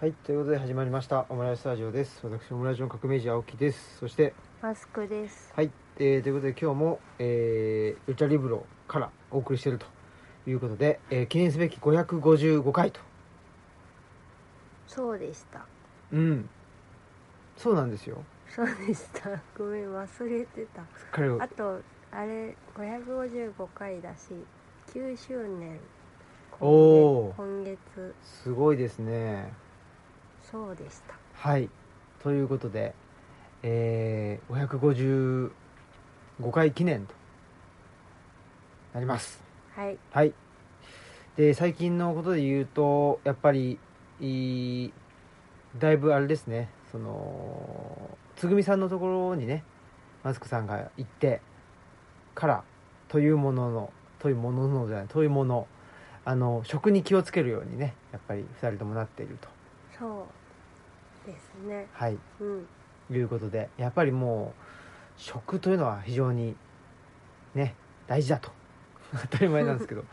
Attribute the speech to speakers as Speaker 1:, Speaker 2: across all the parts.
Speaker 1: はい、ということで始まりましたオムライススタジオです。私オムライスの革命児青木です。そして
Speaker 2: マスクです。
Speaker 1: はい、えーということで今日も、えー、ルチャリブロからお送りしているということで、えー記念すべき555回と。
Speaker 2: そうでした。
Speaker 1: うん。そうなんですよ。
Speaker 2: そうでした。ごめん、忘れてた。
Speaker 1: すっかり
Speaker 2: あと、あれ、555回だし、9周年。
Speaker 1: おー
Speaker 2: 今月、
Speaker 1: すごいですね。
Speaker 2: そうでした。
Speaker 1: はい。ということで、えー、555回記念となります。
Speaker 2: はい。
Speaker 1: はい。で、最近のことで言うと、やっぱり、いいだいぶあれですね、その、つぐみさんのところにね、マスクさんが行ってから、というものの、というもののじゃない、というもの、あの、食に気をつけるようにね、やっぱり二人ともなっていると。
Speaker 2: そうですね。
Speaker 1: はい。
Speaker 2: うん。
Speaker 1: いうことで、やっぱりもう、食というのは非常に、ね、大事だと。 当たり前なん ですけど、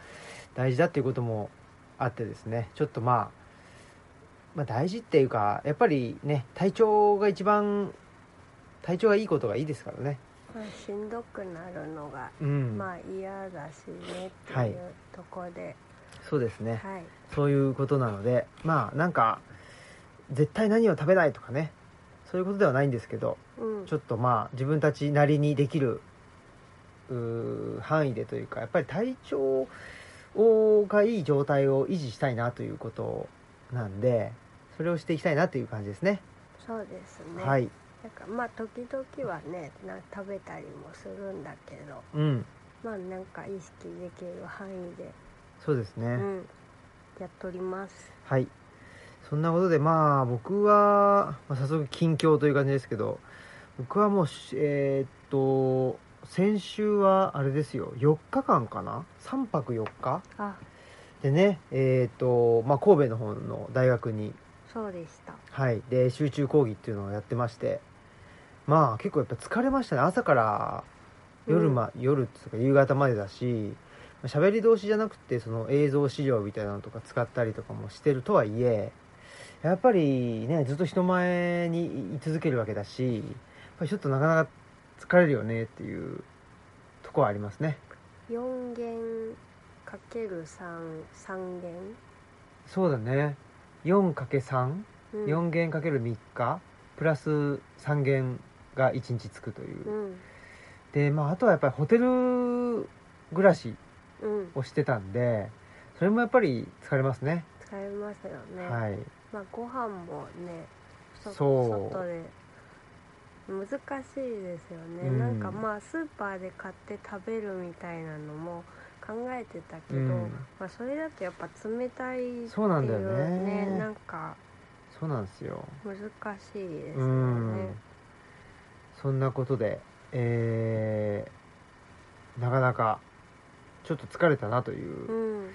Speaker 1: 大事だっていうこともあってですね、ちょっとまあ、まあ大事っていうか、やっぱりね、体調が一番、体調がいいことがいいですからね。
Speaker 2: まあ、しんどくなるのが、
Speaker 1: うん。
Speaker 2: まあ嫌だしねって
Speaker 1: はい
Speaker 2: いうとこで、
Speaker 1: そうですね。
Speaker 2: はい。
Speaker 1: そういうことなので、まあなんか、絶対何を食べないとかね、そういうことではないんですけど、
Speaker 2: うん
Speaker 1: ち。ょっとまあ自分たちなりにできるうー範囲でというかやっぱり体調をがいい状態を維持したいなということなんでそれをしていきたいなという感じですね。
Speaker 2: そうですね。
Speaker 1: はい、
Speaker 2: なんかまあ時々はねな食べたりもするんだけど
Speaker 1: うん、
Speaker 2: まあなんか意識できる範囲で、
Speaker 1: そうですね。
Speaker 2: うん、やっとります
Speaker 1: はい。そんなことでまあ僕は、まあ、早速近況という感じですけど僕はもうしえーっと先週はあれですよ4日間かな3泊4日
Speaker 2: あ
Speaker 1: でね、えっ、と、まあ、神戸の方の大学に、
Speaker 2: そうでした
Speaker 1: はい、で、集中講義っていうのをやってまして、まあ、結構やっぱ疲れましたね。朝から夜ま、夜っていうか夕方までだし、まあ喋り通しじゃなくて、その映像資料みたいなのとか使ったりとかもしてるとはいえ、やっぱりね、ずっと人前に居続けるわけだし、やっぱりちょっとなかなか疲れるよねっていうとこはありますね。
Speaker 2: 4弦かける33弦、
Speaker 1: そうだね。4×3?
Speaker 2: うん、
Speaker 1: 4弦かける3日プラス3弦が1日つくという、
Speaker 2: うん
Speaker 1: でまああとはやっぱりホテル暮らし
Speaker 2: うん
Speaker 1: をしてたんでそれもやっぱり疲れますね
Speaker 2: 使えますよね、
Speaker 1: はい
Speaker 2: まあご飯もねそ
Speaker 1: そう
Speaker 2: 外で難しいですよね、
Speaker 1: うん
Speaker 2: なんかまあスーパーで買って食べるみたいなのも考えてたけど、
Speaker 1: うん
Speaker 2: まあ、それだとやっぱ冷たいっていう
Speaker 1: そうなんだよね
Speaker 2: なんか
Speaker 1: そうなんですよ
Speaker 2: 難しいです
Speaker 1: う
Speaker 2: よ
Speaker 1: ん
Speaker 2: ね
Speaker 1: そんなことでえー、なかなかちょっと疲れたなと
Speaker 2: う
Speaker 1: いうん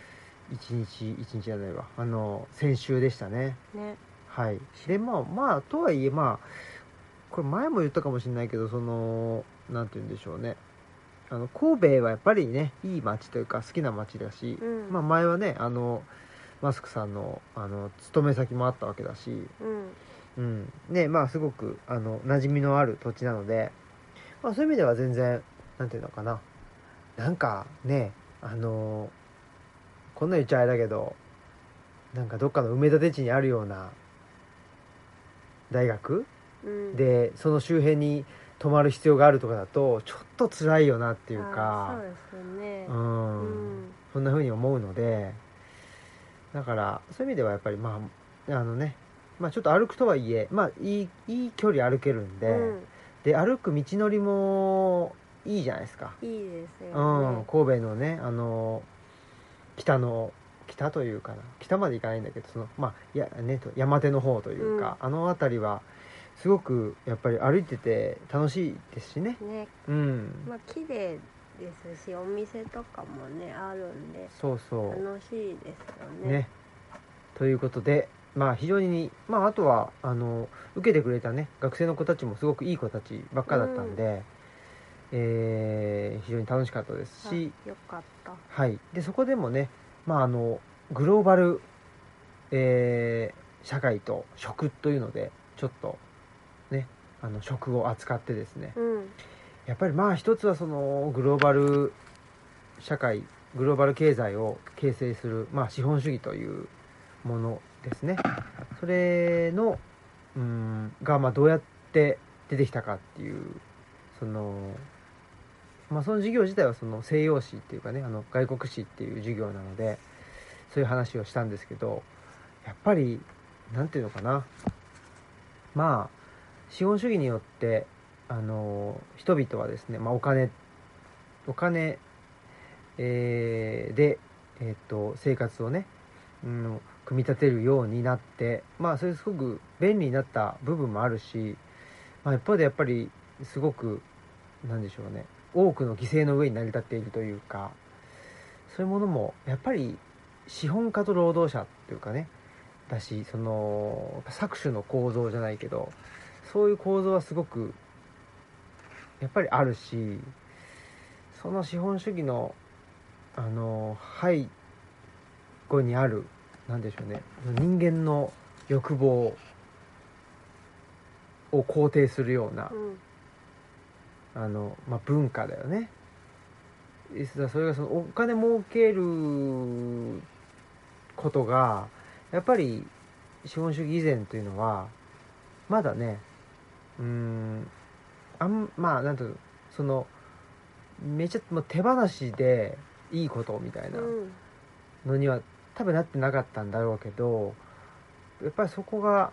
Speaker 1: 一日一日じゃないわあの先週でしたね
Speaker 2: ね
Speaker 1: はい、でまあまあとはいえまあこれ前も言ったかもしれないけどそのなんて言うんでしょうねあの神戸はやっぱりねいい街というか好きな街だし
Speaker 2: う、ん
Speaker 1: まあ、前はねあのマスクさんのあの勤め先もあったわけだし、
Speaker 2: うん
Speaker 1: うんねまあ、すごくあの馴染みのある土地なので、まあ、そういう意味では全然なんていうのかななんかねあのこんなん言っちゃあれだけどなんかどっかの埋め立て地にあるような大学
Speaker 2: うん
Speaker 1: でその周辺に泊まる必要があるとかだとちょっと辛いよなっていう
Speaker 2: あ
Speaker 1: か
Speaker 2: ーそうですね
Speaker 1: う
Speaker 2: うん
Speaker 1: んそんな風に思うのでだからそういう意味ではやっぱりまああのねまあちょっと歩くとはいえまあいいいい距離歩けるんで、
Speaker 2: うん
Speaker 1: で歩く道のりもいいじゃないですか、
Speaker 2: いいで
Speaker 1: う
Speaker 2: すよ
Speaker 1: ん
Speaker 2: ね、
Speaker 1: 神戸のねあの北の北というかな北まで行かないんだけどそのまあや、ね、と山手の方というか、あの辺りはすごくやっぱり歩いてて楽しいですしね
Speaker 2: ね
Speaker 1: うん、
Speaker 2: まあ綺麗ですしお店とかもねあるんで
Speaker 1: そうそう
Speaker 2: 楽しいですよね
Speaker 1: ね。ということで、まあ、非常に、まあ、あとはあの受けてくれた、ね、学生の子たちもすごくいい子たちばっかだったんで、えー非常に楽しかったですし、
Speaker 2: あよかった
Speaker 1: はい、でそこでもね、まあ、あのグローバル、えー社会と食というのでちょっとねあの食を扱ってですね
Speaker 2: うん
Speaker 1: やっぱりまあ一つはそのグローバル社会グローバル経済を形成する、まあ、資本主義というものですねそれのうんがまあどうやって出てきたかっていうその,、まあ、その授業自体はその西洋史っていうかねあの外国史っていう授業なのでそういう話をしたんですけどやっぱりなんていうのかなまあ資本主義によってあの人々はですね、まあ、お金お金、えーで、えーっと生活をね、うん、組み立てるようになってまあそれすごく便利になった部分もあるし、まあ、一方でやっぱりすごくなんでしょうね多くの犠牲の上に成り立っているというかそういうものもやっぱり資本家と労働者というかねだしその搾取の構造じゃないけどそういう構造はすごくやっぱりあるしその資本主義のあの背後にあるなんでしょうね人間の欲望を肯定するような
Speaker 2: うん
Speaker 1: あの、まあ、文化だよねですがそれがそのお金儲けることがやっぱり資本主義以前というのはまだねうーんあんまあなんていうのそのめちゃもう手放しでいいことみたいな
Speaker 2: うん
Speaker 1: のには多分なってなかったんだろうけどやっぱりそこが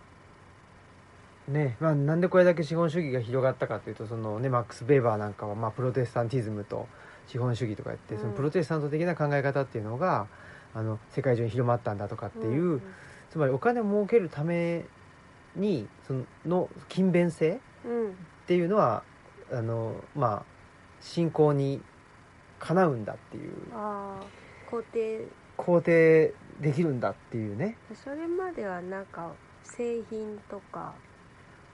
Speaker 1: ねまあ、なんでこれだけ資本主義が広がったかというとその、ね、マックス・ベーバーなんかは、まあ、プロテスタンティズムと資本主義とか言って、
Speaker 2: うん
Speaker 1: そのプロテスタント的な考え方っていうのがあの世界中に広まったんだとかっていう、
Speaker 2: うん
Speaker 1: つまりお金を儲けるためにそのの勤勉性
Speaker 2: うん
Speaker 1: っていうのはあの、まあ、信仰にかなうんだっていう
Speaker 2: ああ肯定
Speaker 1: 肯定できるんだっていうね。
Speaker 2: それまではなんか製品とか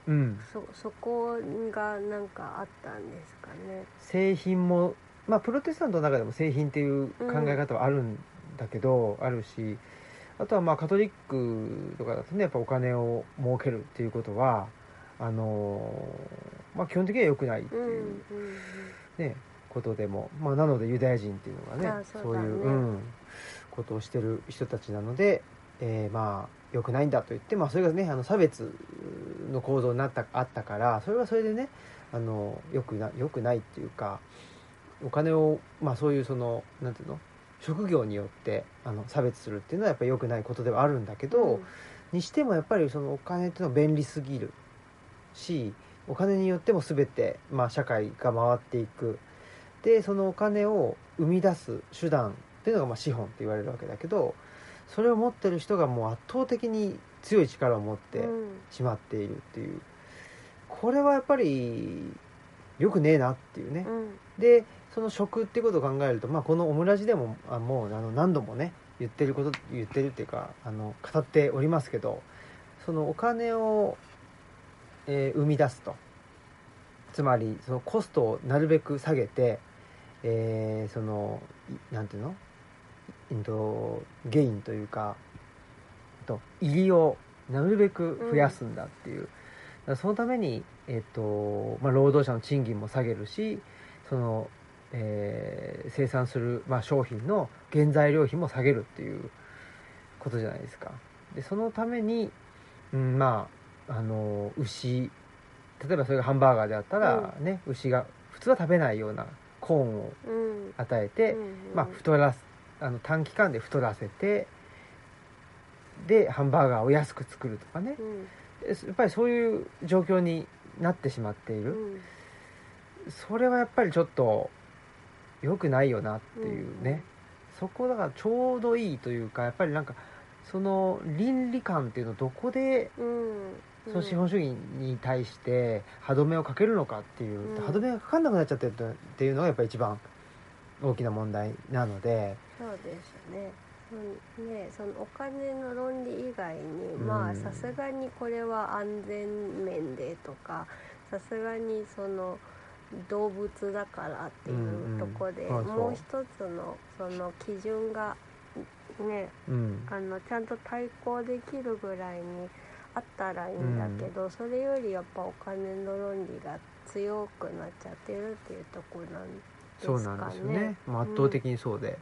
Speaker 1: うん
Speaker 2: そそこがなんかあったんですかね
Speaker 1: 製品もまあプロテスタントの中でも製品っていう考え方はあるんだけど、あるしあとはまあカトリックとかだとねやっぱお金を儲けるっていうことはあのーまあ基本的には良くないって
Speaker 2: うんう
Speaker 1: いうん
Speaker 2: うん
Speaker 1: ね、ことでもまあなのでユダヤ人っていうのが
Speaker 2: あ
Speaker 1: ね
Speaker 2: あ
Speaker 1: そう
Speaker 2: そうだね
Speaker 1: いう、うん、ことをしてる人たちなので、えーまあ良くないんだと言ってまあそれがねあの差別の構造になったあったからそれはそれでねあの良くな良くないっていうかお金をまあそういうそのなんていうの職業によってあの差別するっていうのはやっぱり良くないことではあるんだけど、
Speaker 2: うん
Speaker 1: にしてもやっぱりそのお金っていうのは便利すぎるしお金によっても全て、まあ、社会が回っていくでそのお金を生み出す手段っていうのがまあ資本って言われるわけだけどそれを持ってる人がもう圧倒的に強い力を持って
Speaker 2: うん
Speaker 1: しまっているっていうこれはやっぱり良くねえなっていうね。
Speaker 2: うん
Speaker 1: でその食ってことを考えると、まあ、このオムラジでもあもうあの何度もね言ってること言ってるっていうかあの語っておりますけどそのお金を、えー生み出すとつまりそのコストをなるべく下げて、えーそのいなんていうの、えっと、ゲインというかえっと入りをなるべく増やすんだっていう、だからそのために、えっとまあ、労働者の賃金も下げるしその、えー生産する、まあ、商品の原材料費も下げるっていうことじゃないですか。でそのために、うん、まああの牛例えばそれがハンバーガーであったら、ね牛が普通は食べないようなコーンを
Speaker 2: うん
Speaker 1: 与えて、
Speaker 2: うん
Speaker 1: まあ、太らすあの短期間で太らせてでハンバーガーを安く作るとかね
Speaker 2: うん
Speaker 1: やっぱりそういう状況になってしまっていうる、
Speaker 2: ん
Speaker 1: それはやっぱりちょっと良くないよなっていうね、そこだからちょうどいいというかやっぱりなんかその倫理観っていうのをどこで
Speaker 2: うん
Speaker 1: その資本主義に対して歯止めをかけるのかっていう、
Speaker 2: うん
Speaker 1: 歯止めがかかんなくなっちゃってるっていうのがやっぱり一番大きな問題なので
Speaker 2: そうですね。うんね、そのお金の論理以外に、
Speaker 1: ん
Speaker 2: まあさすがにこれは安全面でとかさすがにその動物だからってい
Speaker 1: んう
Speaker 2: うんうとこで、
Speaker 1: そうそう
Speaker 2: もう一つのその基準がね
Speaker 1: うん
Speaker 2: あのちゃんと対抗できるぐらいにあったらいいんだけど、それよりやっぱお金の論理が強くなっちゃってるっていうとこなんですか
Speaker 1: そ
Speaker 2: ね。
Speaker 1: うなんですよねまあ、圧倒的にそうで,、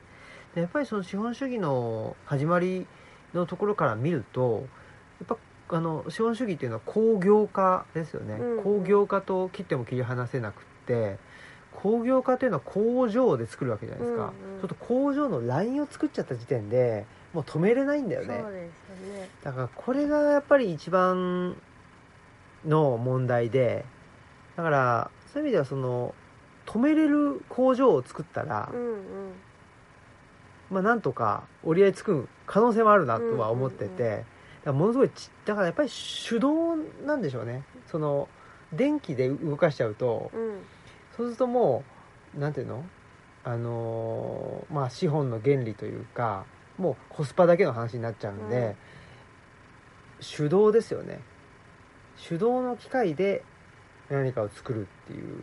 Speaker 1: でやっぱりその資本主義の始まりのところから見るとやっぱあの資本主義っていうのは工業化ですよね、
Speaker 2: うんうん
Speaker 1: 工業化と切っても切り離せなくって工業化というのは工場で作るわけじゃないですか、
Speaker 2: うんうん
Speaker 1: ちょっと工場のラインを作っちゃった時点でもう止めれないんだよね
Speaker 2: そうですよね。
Speaker 1: だからこれがやっぱり一番の問題でだからそういう意味ではその止めれる工場を作ったら、
Speaker 2: うんうん。
Speaker 1: まあなんとか折り合いつく可能性もあるなとは思ってて、
Speaker 2: うん
Speaker 1: だからものすごいちだからやっぱり手動なんでしょうねその電気で動かしちゃうと
Speaker 2: うん
Speaker 1: そうするともうなんていうのあのーまあ資本の原理というかもうコスパだけの話になっちゃうんで、
Speaker 2: うん
Speaker 1: 手動ですよね手動の機械で何かを作るっていう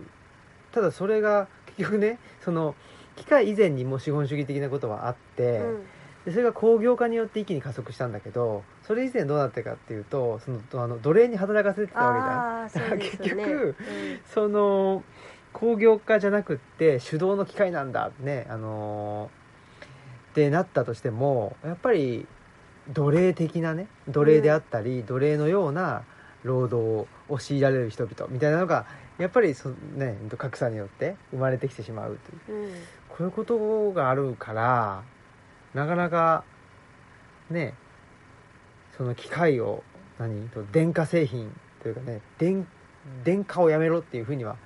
Speaker 1: ただそれが結局ねその機械以前にも資本主義的なことはあって、
Speaker 2: うん
Speaker 1: でそれが工業化によって一気に加速したんだけどそれ以前どうなってるかっていうとそのあの奴隷に働かせてたわけじゃん
Speaker 2: ああそうですよね。
Speaker 1: 結局
Speaker 2: うん
Speaker 1: その工業化じゃなくって手動の機械なんだねあのーってなったとしてもやっぱり奴隷的なね奴隷であったり、奴隷のような労働を強いられる人々みたいなのがやっぱりそ、ね、格差によって生まれてきてしまうという
Speaker 2: うん
Speaker 1: こういうことがあるからなかなかねその機械を何と電化製品というかね電電化をやめろっていうふうには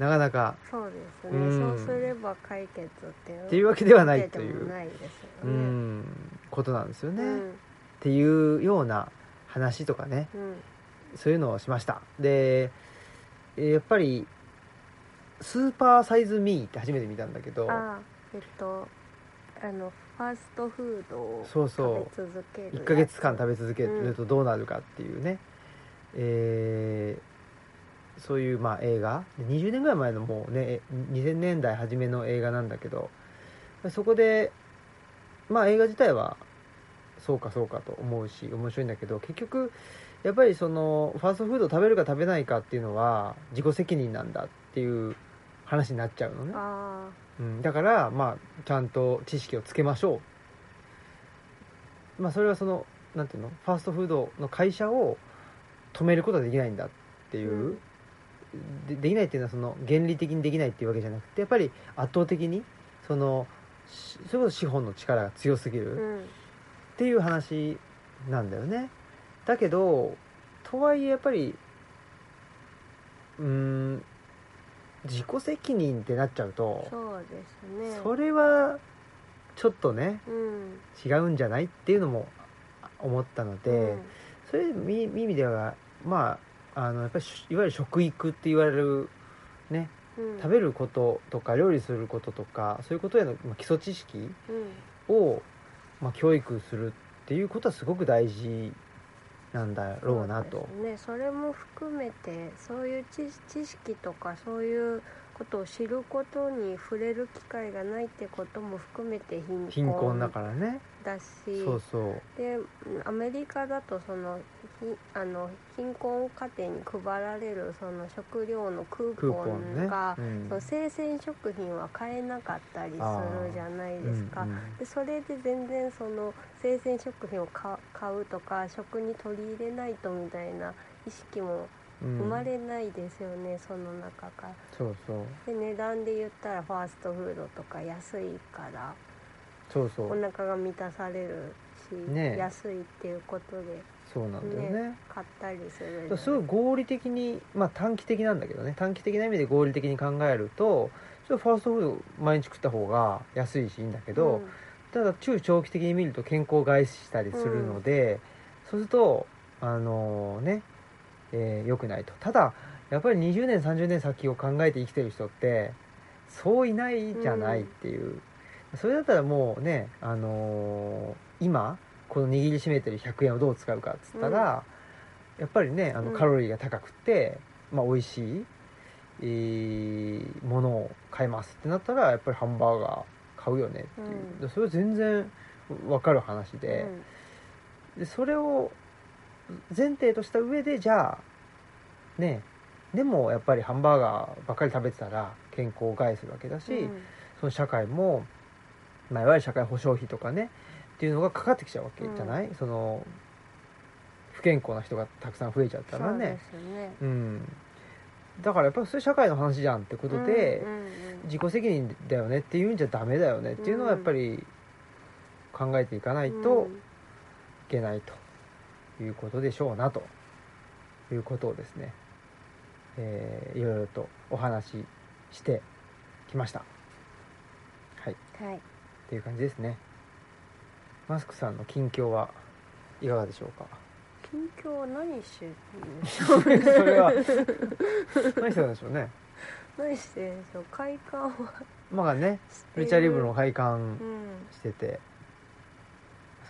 Speaker 1: なかなか
Speaker 2: そうですね、
Speaker 1: うん
Speaker 2: そうすれば解決っていう
Speaker 1: っていうわけではないとい
Speaker 2: わけでも
Speaker 1: う
Speaker 2: ないですよね。
Speaker 1: うんことなんですよ
Speaker 2: う
Speaker 1: ね、っ
Speaker 2: ん
Speaker 1: ていうような話とかね
Speaker 2: うん
Speaker 1: そういうのをしましたでえーやっぱり「スーパーサイズ・ミー」って初めて見たんだけど
Speaker 2: あえっとあのファーストフードを
Speaker 1: そうそう
Speaker 2: 食べ続けるやつ
Speaker 1: 1ヶ月間食べ続けるとどうなるかっていうね、えーそういうまあ映画20年ぐらい前のもうね2000年代初めの映画なんだけどそこでまあ映画自体はそうかそうかと思うし面白いんだけど結局やっぱりそのファーストフードを食べるか食べないかっていうのは自己責任なんだっていう話になっちゃうのね。
Speaker 2: あ
Speaker 1: うん、だから、まあ、ちゃんと知識をつけましょう、まあ、それはそのなんていうのファーストフードの会社を止めることはできないんだっていう、でできないっていうのはその原理的にできないっていうわけじゃなくてやっぱり圧倒的にそのしそれこそ資本の力が強すぎ
Speaker 2: あう
Speaker 1: る
Speaker 2: ん
Speaker 1: っていう話なんだよね。だけどとはいえやっぱりうーん自己責任ってなっちゃうと。
Speaker 2: そうですね
Speaker 1: それはちょっとね
Speaker 2: うん
Speaker 1: 違うんじゃないっていうのも思ったので、
Speaker 2: うん
Speaker 1: そういう意味ではまああのやっぱりしいわゆる食育って言われる、ね、
Speaker 2: うん、
Speaker 1: 食べることとか料理することとかそういうことへのまあ基礎知識
Speaker 2: うん
Speaker 1: を、まあ、教育するっていうことはすごく大事なんだろうな
Speaker 2: そ
Speaker 1: と
Speaker 2: うですねそれも含めてそういう知知識とかそういうことを知ることに触れる機会がないってことも含めて貧困
Speaker 1: 貧困だからね
Speaker 2: だし
Speaker 1: そうそう
Speaker 2: でうんアメリカだとそのひあの貧困家庭に配られるその食料のク
Speaker 1: クー
Speaker 2: ーポ
Speaker 1: ポンね
Speaker 2: ンが
Speaker 1: うん
Speaker 2: その生鮮食品は買えなかったりするじゃないですか。
Speaker 1: うんうん
Speaker 2: でそれで全然その生鮮食品をか買うとか食に取り入れないとみたいな意識も
Speaker 1: うん
Speaker 2: 生まれないですよね、その中から。
Speaker 1: そうそう
Speaker 2: で値段で言ったらファーストフードとか安いから
Speaker 1: そうそ
Speaker 2: お
Speaker 1: う
Speaker 2: 腹が満たされるし、
Speaker 1: ねえ
Speaker 2: 安いっていうことで
Speaker 1: そうなんだよね
Speaker 2: 買ったりするじゃない
Speaker 1: すごい合理的に、まあ、短期的なんだけどね短期的な意味で合理的に考えるとちょっとファーストフード毎日食った方が安いしいいんだけど、ただ中長期的に見ると健康を害したりするので、そうするとあのね、えー良くないとただやっぱり20年30年先を考えて生きてる人ってそういないじゃないっていう、それだったらもうね、あのー今この握りしめてる100円をどう使うかっつったら、やっぱりねあの
Speaker 2: うん
Speaker 1: カロリーが高くて、まあ、美味しい、えーものを買いますってなったらやっぱりハンバーガー買うよねっていう、
Speaker 2: う
Speaker 1: それは全然分かる話で,、でそれを前提とした上でじゃあねでもやっぱりハンバーガーばっかり食べてたら健康を害するわけだし、
Speaker 2: うん
Speaker 1: その社会も、まあ、いわゆる社会保障費とかねっていうのがかかってきちゃうわけじゃない、その不健康な人がたくさん増えちゃったら
Speaker 2: そう
Speaker 1: ね
Speaker 2: ですね
Speaker 1: うん、だからやっぱりそれ社会の話じゃんってことで、
Speaker 2: うんうんうん
Speaker 1: 自己責任だよねっていうんじゃダメだよねっていうのはやっぱり考えていかないと
Speaker 2: うん
Speaker 1: いけないということでしょうなということをですね、えーいろいろとお話ししてきました。はい、
Speaker 2: はい
Speaker 1: っていう感じですね。マスクさんの近況はいかがでしょうか
Speaker 2: 近況何してるんでしょ
Speaker 1: それは何してたんでしょうね。
Speaker 2: う 何してるんで しょう快感は
Speaker 1: まあね、
Speaker 2: している
Speaker 1: ルチャリブロの配
Speaker 2: う
Speaker 1: 管
Speaker 2: ん
Speaker 1: してて、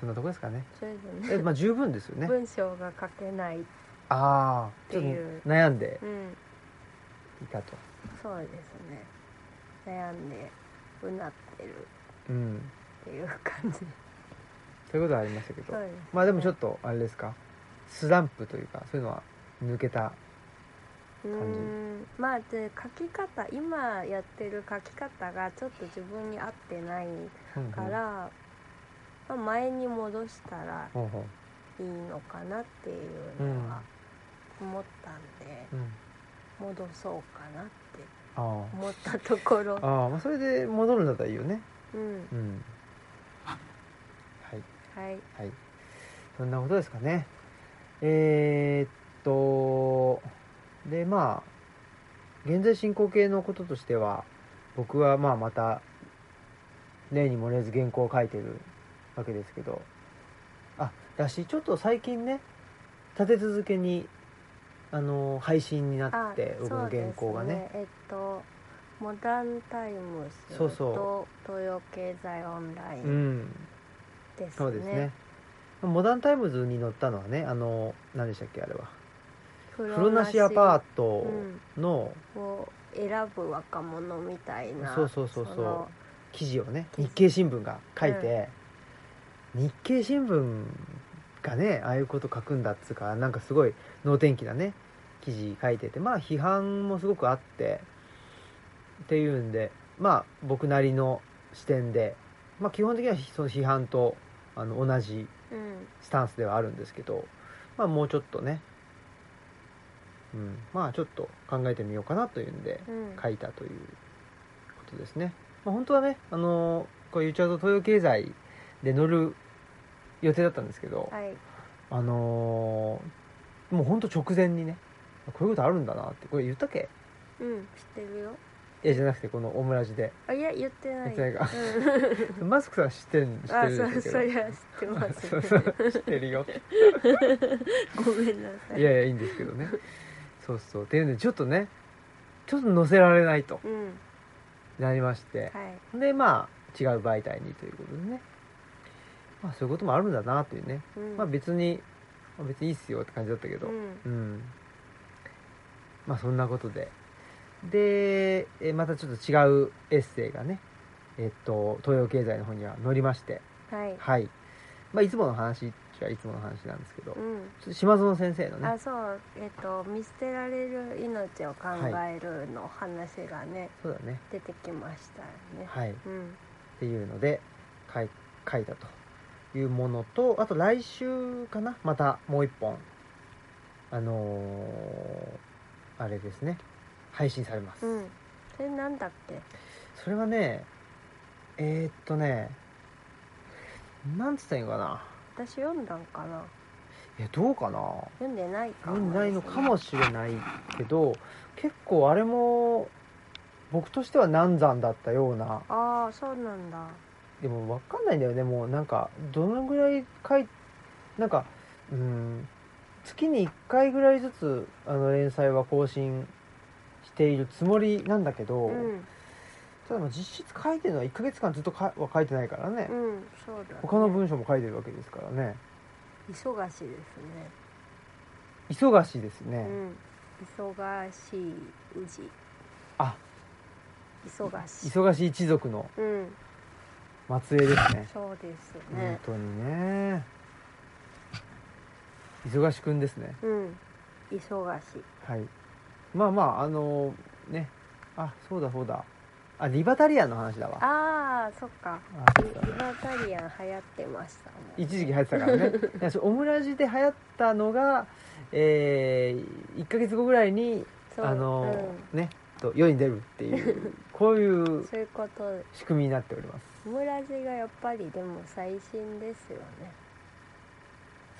Speaker 1: そんなとこですかね。
Speaker 2: それでね
Speaker 1: え、まあ十分です よね。
Speaker 2: 文章が書けない
Speaker 1: ああ、ちょっと悩んで
Speaker 2: うん
Speaker 1: いたと。
Speaker 2: そうですね悩んでうなってる
Speaker 1: うん。
Speaker 2: っていう感じ
Speaker 1: そういうことはありましたけ
Speaker 2: そう
Speaker 1: ど。
Speaker 2: ですね
Speaker 1: まあでもちょっと、あれですか。スランプというか、そういうのは抜けた。
Speaker 2: うーんまあで書き方今やってる書き方がちょっと自分に合ってない
Speaker 1: うんうん
Speaker 2: から、まあ、前に戻したら
Speaker 1: ほうほ
Speaker 2: いいのかなっていうのは思ったんで、
Speaker 1: う。うん。
Speaker 2: 戻そうかなって
Speaker 1: ああ。
Speaker 2: 思ったところ
Speaker 1: ああ、まあそれで戻るんだったらいいよね。
Speaker 2: うん
Speaker 1: うん。はい。
Speaker 2: はい
Speaker 1: はい。そんなことですかね。えーっと、で、まあ、現在進行形のこととしては、僕はまあまた、例に漏れず原稿を書いてるわけですけど、あ、だし、ちょっと最近ね、立て続けに、あの、配信にな
Speaker 2: あ
Speaker 1: って、僕の原稿がね。
Speaker 2: そうですねえっとモダンタイムス
Speaker 1: そ
Speaker 2: と
Speaker 1: うそ
Speaker 2: 東洋経済オンライ
Speaker 1: う
Speaker 2: ン
Speaker 1: ん、
Speaker 2: ですね。
Speaker 1: そうですね。モダンタイムズに載ったのはね、あの、何でしたっけ、あれは。
Speaker 2: 風
Speaker 1: 風呂なしアパートの
Speaker 2: を選ぶ若者みたいな
Speaker 1: そうそうそうそう
Speaker 2: の
Speaker 1: 記事をね
Speaker 2: 記
Speaker 1: 日
Speaker 2: 事
Speaker 1: 経新聞が書いて、日経新聞がねああいうこと書くんだっつうかなんかすごい能天気なね記事書いててまあ批判もすごくあってっていうんでまあ僕なりの視点で、まあ、基本的にはその批判とあの同じ
Speaker 2: うん
Speaker 1: スタンスではあるんですけど、まあ、もうちょっとね、うん、まあちょっと考えてみようかなというんで
Speaker 2: うん
Speaker 1: 書いたということですね。まあ、本当はね、あのーこれ言っちゃうと東洋経済で乗る予定だったんですけど、
Speaker 2: はい
Speaker 1: あのーもう本当直前にね、こういうことあるんだなって、これ言ったっけ
Speaker 2: うん知ってるよ
Speaker 1: いやじゃなくてこのオムラジで。
Speaker 2: あいや言ってな
Speaker 1: 言
Speaker 2: い
Speaker 1: ってないか
Speaker 2: う ん
Speaker 1: マスクさん知ってるん知って
Speaker 2: あ
Speaker 1: る
Speaker 2: そ
Speaker 1: で
Speaker 2: う
Speaker 1: し
Speaker 2: そ
Speaker 1: ょうけ
Speaker 2: りゃ知って
Speaker 1: ど。
Speaker 2: ま
Speaker 1: そう
Speaker 2: す
Speaker 1: そう知ってるよ
Speaker 2: ごめんなさい
Speaker 1: いやいやいいんですけどねそうそうっていうんでちょっとねちょっと載せられないと
Speaker 2: うん
Speaker 1: なりまして、
Speaker 2: はい
Speaker 1: でまあ違う媒体にということでねまあそういうこともあるんだなというね、
Speaker 2: うん
Speaker 1: まあ別にまあ別にいいっすよって感じだったけど
Speaker 2: う
Speaker 1: うん、
Speaker 2: ん
Speaker 1: まあそんなことででえまたちょっと違うエッセイがねえっと東洋経済の方には載りまして
Speaker 2: はい
Speaker 1: はいまあいつもの話っちゃいつもの話なんですけど、ち
Speaker 2: う
Speaker 1: ょ
Speaker 2: ん
Speaker 1: っと島園先生のね
Speaker 2: あそうえっと見捨てられる命を考えるの話がね
Speaker 1: そうだね
Speaker 2: 出てきましたね
Speaker 1: はい
Speaker 2: うん
Speaker 1: っていうので書い書いたというものとあと来週かなまたもう一本あのーあれですね配信されます、
Speaker 2: うんそれなんだっけ
Speaker 1: それはねえー、っとねなんつったらいいのかな
Speaker 2: 私読んだんかない
Speaker 1: やどうかな
Speaker 2: 読んでないか
Speaker 1: 読んでないのか
Speaker 2: で
Speaker 1: もしれないけど結構あれも僕としては難産だったような
Speaker 2: すねああそうなんだ
Speaker 1: でも分かんないんだよねもうなんかどのぐらい書いなんかうん月に1回ぐらいずつあの連載は更新しているつもりなんだけど、
Speaker 2: うん
Speaker 1: ただまあ実質書いてるのは1ヶ月間ずっとかは書いてないからね、
Speaker 2: うんそうだ、ね、
Speaker 1: 他の文章も書いてるわけですからね
Speaker 2: 忙しいですね
Speaker 1: 忙しいですね
Speaker 2: う、ん忙しいうじ
Speaker 1: あ
Speaker 2: 忙しい
Speaker 1: 忙しい一族の
Speaker 2: うん
Speaker 1: 末裔ですね
Speaker 2: そうです
Speaker 1: 本
Speaker 2: ね。
Speaker 1: 当にね忙しくんですね
Speaker 2: うん。忙しい。
Speaker 1: はいまあまああのねあそうだそうだあリバタリアンの話だわ
Speaker 2: ああ、そっか。
Speaker 1: あそうだ
Speaker 2: リバタリアン流行ってましたもん。
Speaker 1: 一時期流行ってたから ねいやそうオムラジで流行ったのが、え1ヶ月後ぐらいに
Speaker 2: そう
Speaker 1: あの、ねと世に出るっていうこうい
Speaker 2: うん、
Speaker 1: う
Speaker 2: そういうことで
Speaker 1: 仕組みになっております
Speaker 2: オムラジがやっぱりでも最新ですよね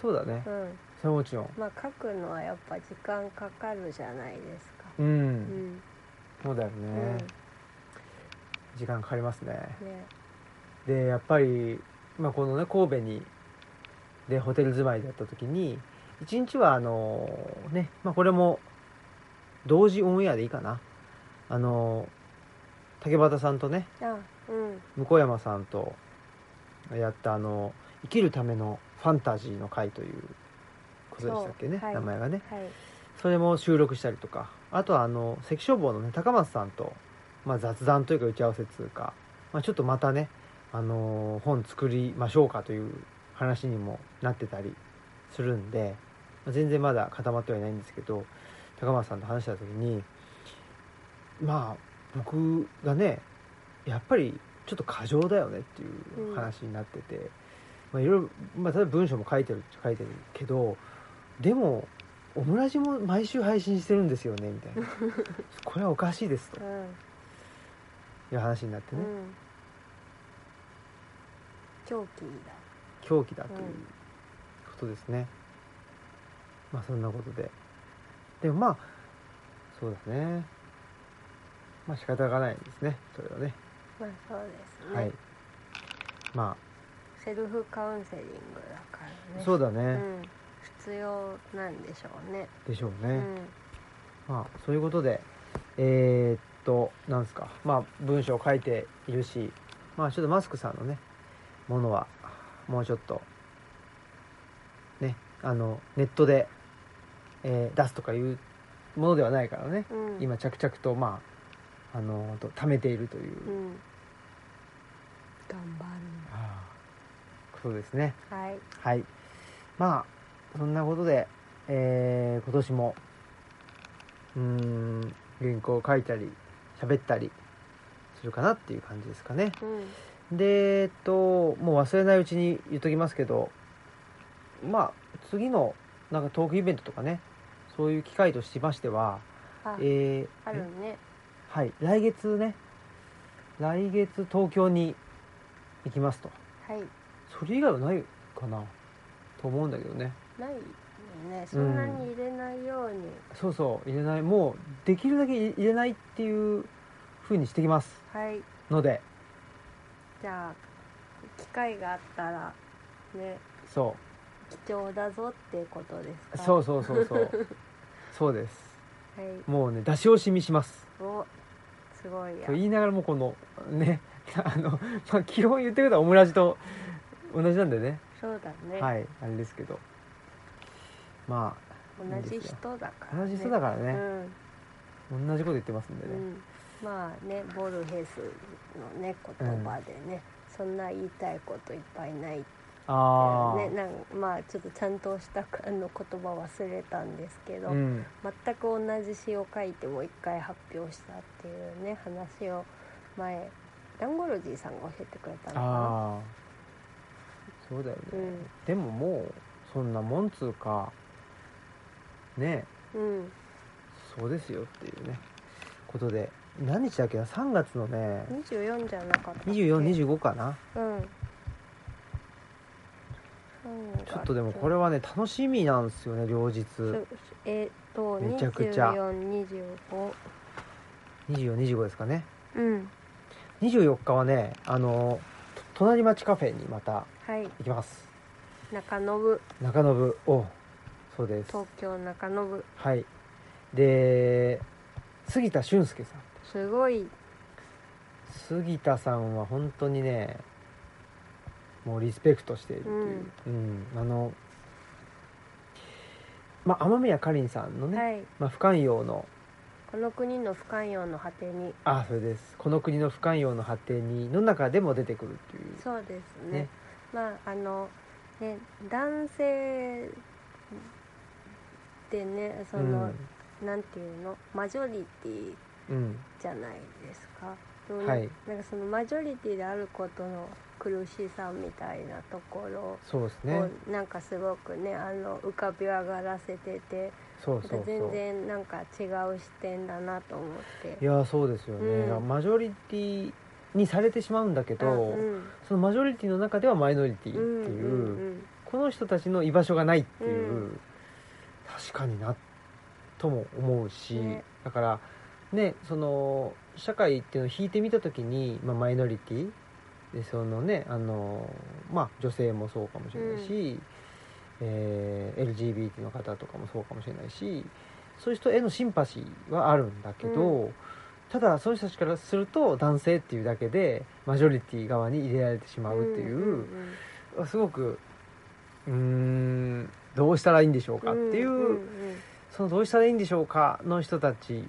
Speaker 1: そうだね
Speaker 2: うん
Speaker 1: それはもちろん
Speaker 2: まあ書くのはやっぱ時間かかるじゃないですか
Speaker 1: う
Speaker 2: うんん
Speaker 1: そうだよ
Speaker 2: う
Speaker 1: ね
Speaker 2: ん、
Speaker 1: 時間かかりますね
Speaker 2: ね
Speaker 1: でやっぱり、まあ、このね神戸にでホテル住まいだった時に一日はあのね、まあ、これも同時オンエアでいいかなあの竹俣さんとね
Speaker 2: あうん
Speaker 1: 向山さんとやったあの「生きるためのファンタジーの会」ということでしたっけね、
Speaker 2: そうはい
Speaker 1: 名前がね
Speaker 2: はい
Speaker 1: それも収録したりとかあとはあの関消防のね高松さんと、まあ、雑談というか打ち合わせつうか、まあ、ちょっとまたね、あのー本作りましょうかという話にもなってたりするんで、まあ全然まだ固まってはいないんですけど高松さんと話した時にまあ僕がねやっぱりちょっと過剰だよねっていう話になってて、まあいろいろ、まあ、例えば文章も書いてるっちゃ書いてるけどでもオムラジも毎週配信してるんですよねみたいな これはおかしいですと
Speaker 2: うん
Speaker 1: いう話になって
Speaker 2: う
Speaker 1: ね、
Speaker 2: ん狂気だ
Speaker 1: 狂気だという
Speaker 2: うん
Speaker 1: ことですね、まあそんなことででもまあそうだねまあ仕方がないですねそれはね
Speaker 2: まあそうですね、
Speaker 1: はいま
Speaker 2: セルフカウンセリングだから
Speaker 1: あ
Speaker 2: ね
Speaker 1: そう
Speaker 2: だ
Speaker 1: だね、
Speaker 2: うん必要なんでしょうね
Speaker 1: でしょうね、
Speaker 2: うん
Speaker 1: まあそういうことでえーっとなんですかまあ文章を書いているしまあちょっとマスクさんのねものはもうちょっとねあのネットで、えー出すとかいうものではないからね
Speaker 2: うん
Speaker 1: 今着々とまああのと貯めているというう、
Speaker 2: ん頑張
Speaker 1: あーことですね
Speaker 2: るはい
Speaker 1: はいまあそんなことで、えー今年もうーん原稿を書いたり喋ったりするかなっていう感じですかね
Speaker 2: うん
Speaker 1: でえっともう忘れないうちに言っときますけどまあ次のなんかトークイベントとかねそういう機会としましては
Speaker 2: あ
Speaker 1: えー
Speaker 2: あるね
Speaker 1: はい来月ね来月東京に行きますと
Speaker 2: はい
Speaker 1: それ以外はないかなと思うんだけどね
Speaker 2: ないよねそんなに入れないように、
Speaker 1: そうそう入れないもうできるだけ入れないっていう風にしてきます
Speaker 2: はい
Speaker 1: ので
Speaker 2: じゃあ機会があったらね
Speaker 1: そ
Speaker 2: 貴重だぞってことです
Speaker 1: う
Speaker 2: か
Speaker 1: そうそうそうそう そうです
Speaker 2: はい
Speaker 1: もうね出し惜しみします
Speaker 2: おすごいや
Speaker 1: と言いながらもこのね あの、まあ、基本言ってることはオムラジと同じなんでね
Speaker 2: そうだね、
Speaker 1: はいあれですけどま
Speaker 2: 同じ人だか
Speaker 1: あ
Speaker 2: ら、ね、
Speaker 1: 同じ人だから
Speaker 2: う
Speaker 1: ね、
Speaker 2: ん、
Speaker 1: 同じこと言ってますんで
Speaker 2: う
Speaker 1: ね、
Speaker 2: ん、まあねボルヘスのね言葉でね、そんな言いたいこといっぱいないって
Speaker 1: ああ、
Speaker 2: ねなんまあちょっとちゃんとしたあの言葉忘れたんですけど、
Speaker 1: うん
Speaker 2: 全く同じ詩を書いてもう一回発表したっていうね話を前ダンゴルジーさんが教えてくれたのかな
Speaker 1: ああそうだよね、
Speaker 2: うん
Speaker 1: でももうそんなもんつうかね
Speaker 2: うん
Speaker 1: そうですよっていうねことで何日だっけな3月のね
Speaker 2: 24じゃなかったっけ
Speaker 1: 2425かな
Speaker 2: うん
Speaker 1: ちょっとでもこれはね楽しみなんですよね両日
Speaker 2: すえっと
Speaker 1: めちゃくちゃ
Speaker 2: 2425
Speaker 1: 2425ですかね
Speaker 2: うん
Speaker 1: 24日はねあのと隣町カフェにまた
Speaker 2: はい
Speaker 1: 行きます
Speaker 2: 中野部
Speaker 1: 中延をそうです
Speaker 2: 東京中野部
Speaker 1: はいで杉田俊介さん
Speaker 2: すごい
Speaker 1: 杉田さんは本当にねもうリスペクトしているという、うんあのまあ雨宮かりんさんのね、
Speaker 2: はい
Speaker 1: まあ、不寛容の
Speaker 2: この国の不寛容の果てに
Speaker 1: あそれですこの国の不寛容の果てにの中でも出てくるっていう
Speaker 2: そうですね
Speaker 1: ね
Speaker 2: まああのね男性でねその、なんていうのマジョリティ
Speaker 1: うん
Speaker 2: じゃないですか。そ
Speaker 1: うん
Speaker 2: の
Speaker 1: はい
Speaker 2: なんかそのマジョリティであることの苦しさみたいなところ
Speaker 1: そうですね
Speaker 2: をなんかすごくねあの浮かび上がらせてて
Speaker 1: そうそうそ
Speaker 2: なんか
Speaker 1: う
Speaker 2: 全然なんか違う視点だなと思って。
Speaker 1: いやそうですよね、
Speaker 2: うん
Speaker 1: だからマジョリティにされてしまうんだけど、
Speaker 2: うん
Speaker 1: そのマジョリティの中ではマイノリティって
Speaker 2: うんうん
Speaker 1: いう、
Speaker 2: うん
Speaker 1: この人たちの居場所がないっていう、
Speaker 2: う
Speaker 1: 確かになとも思うし、
Speaker 2: ね
Speaker 1: だからねその社会っていうのを引いてみた時に、まあ、マイノリティでそのねあの、まあ、女性もそうかもしれないし、えー LGBT の方とかもそうかもしれないしそういう人へのシンパシーはあるんだけど、
Speaker 2: う
Speaker 1: ただそういう人たちからすると男性っていうだけでマジョリティ側に入れられてしまうっていう。
Speaker 2: んん
Speaker 1: すごくうーんどうしたらいいんでしょうかっていう、
Speaker 2: んんうん
Speaker 1: そのどうしたらいいんでしょうかの人たち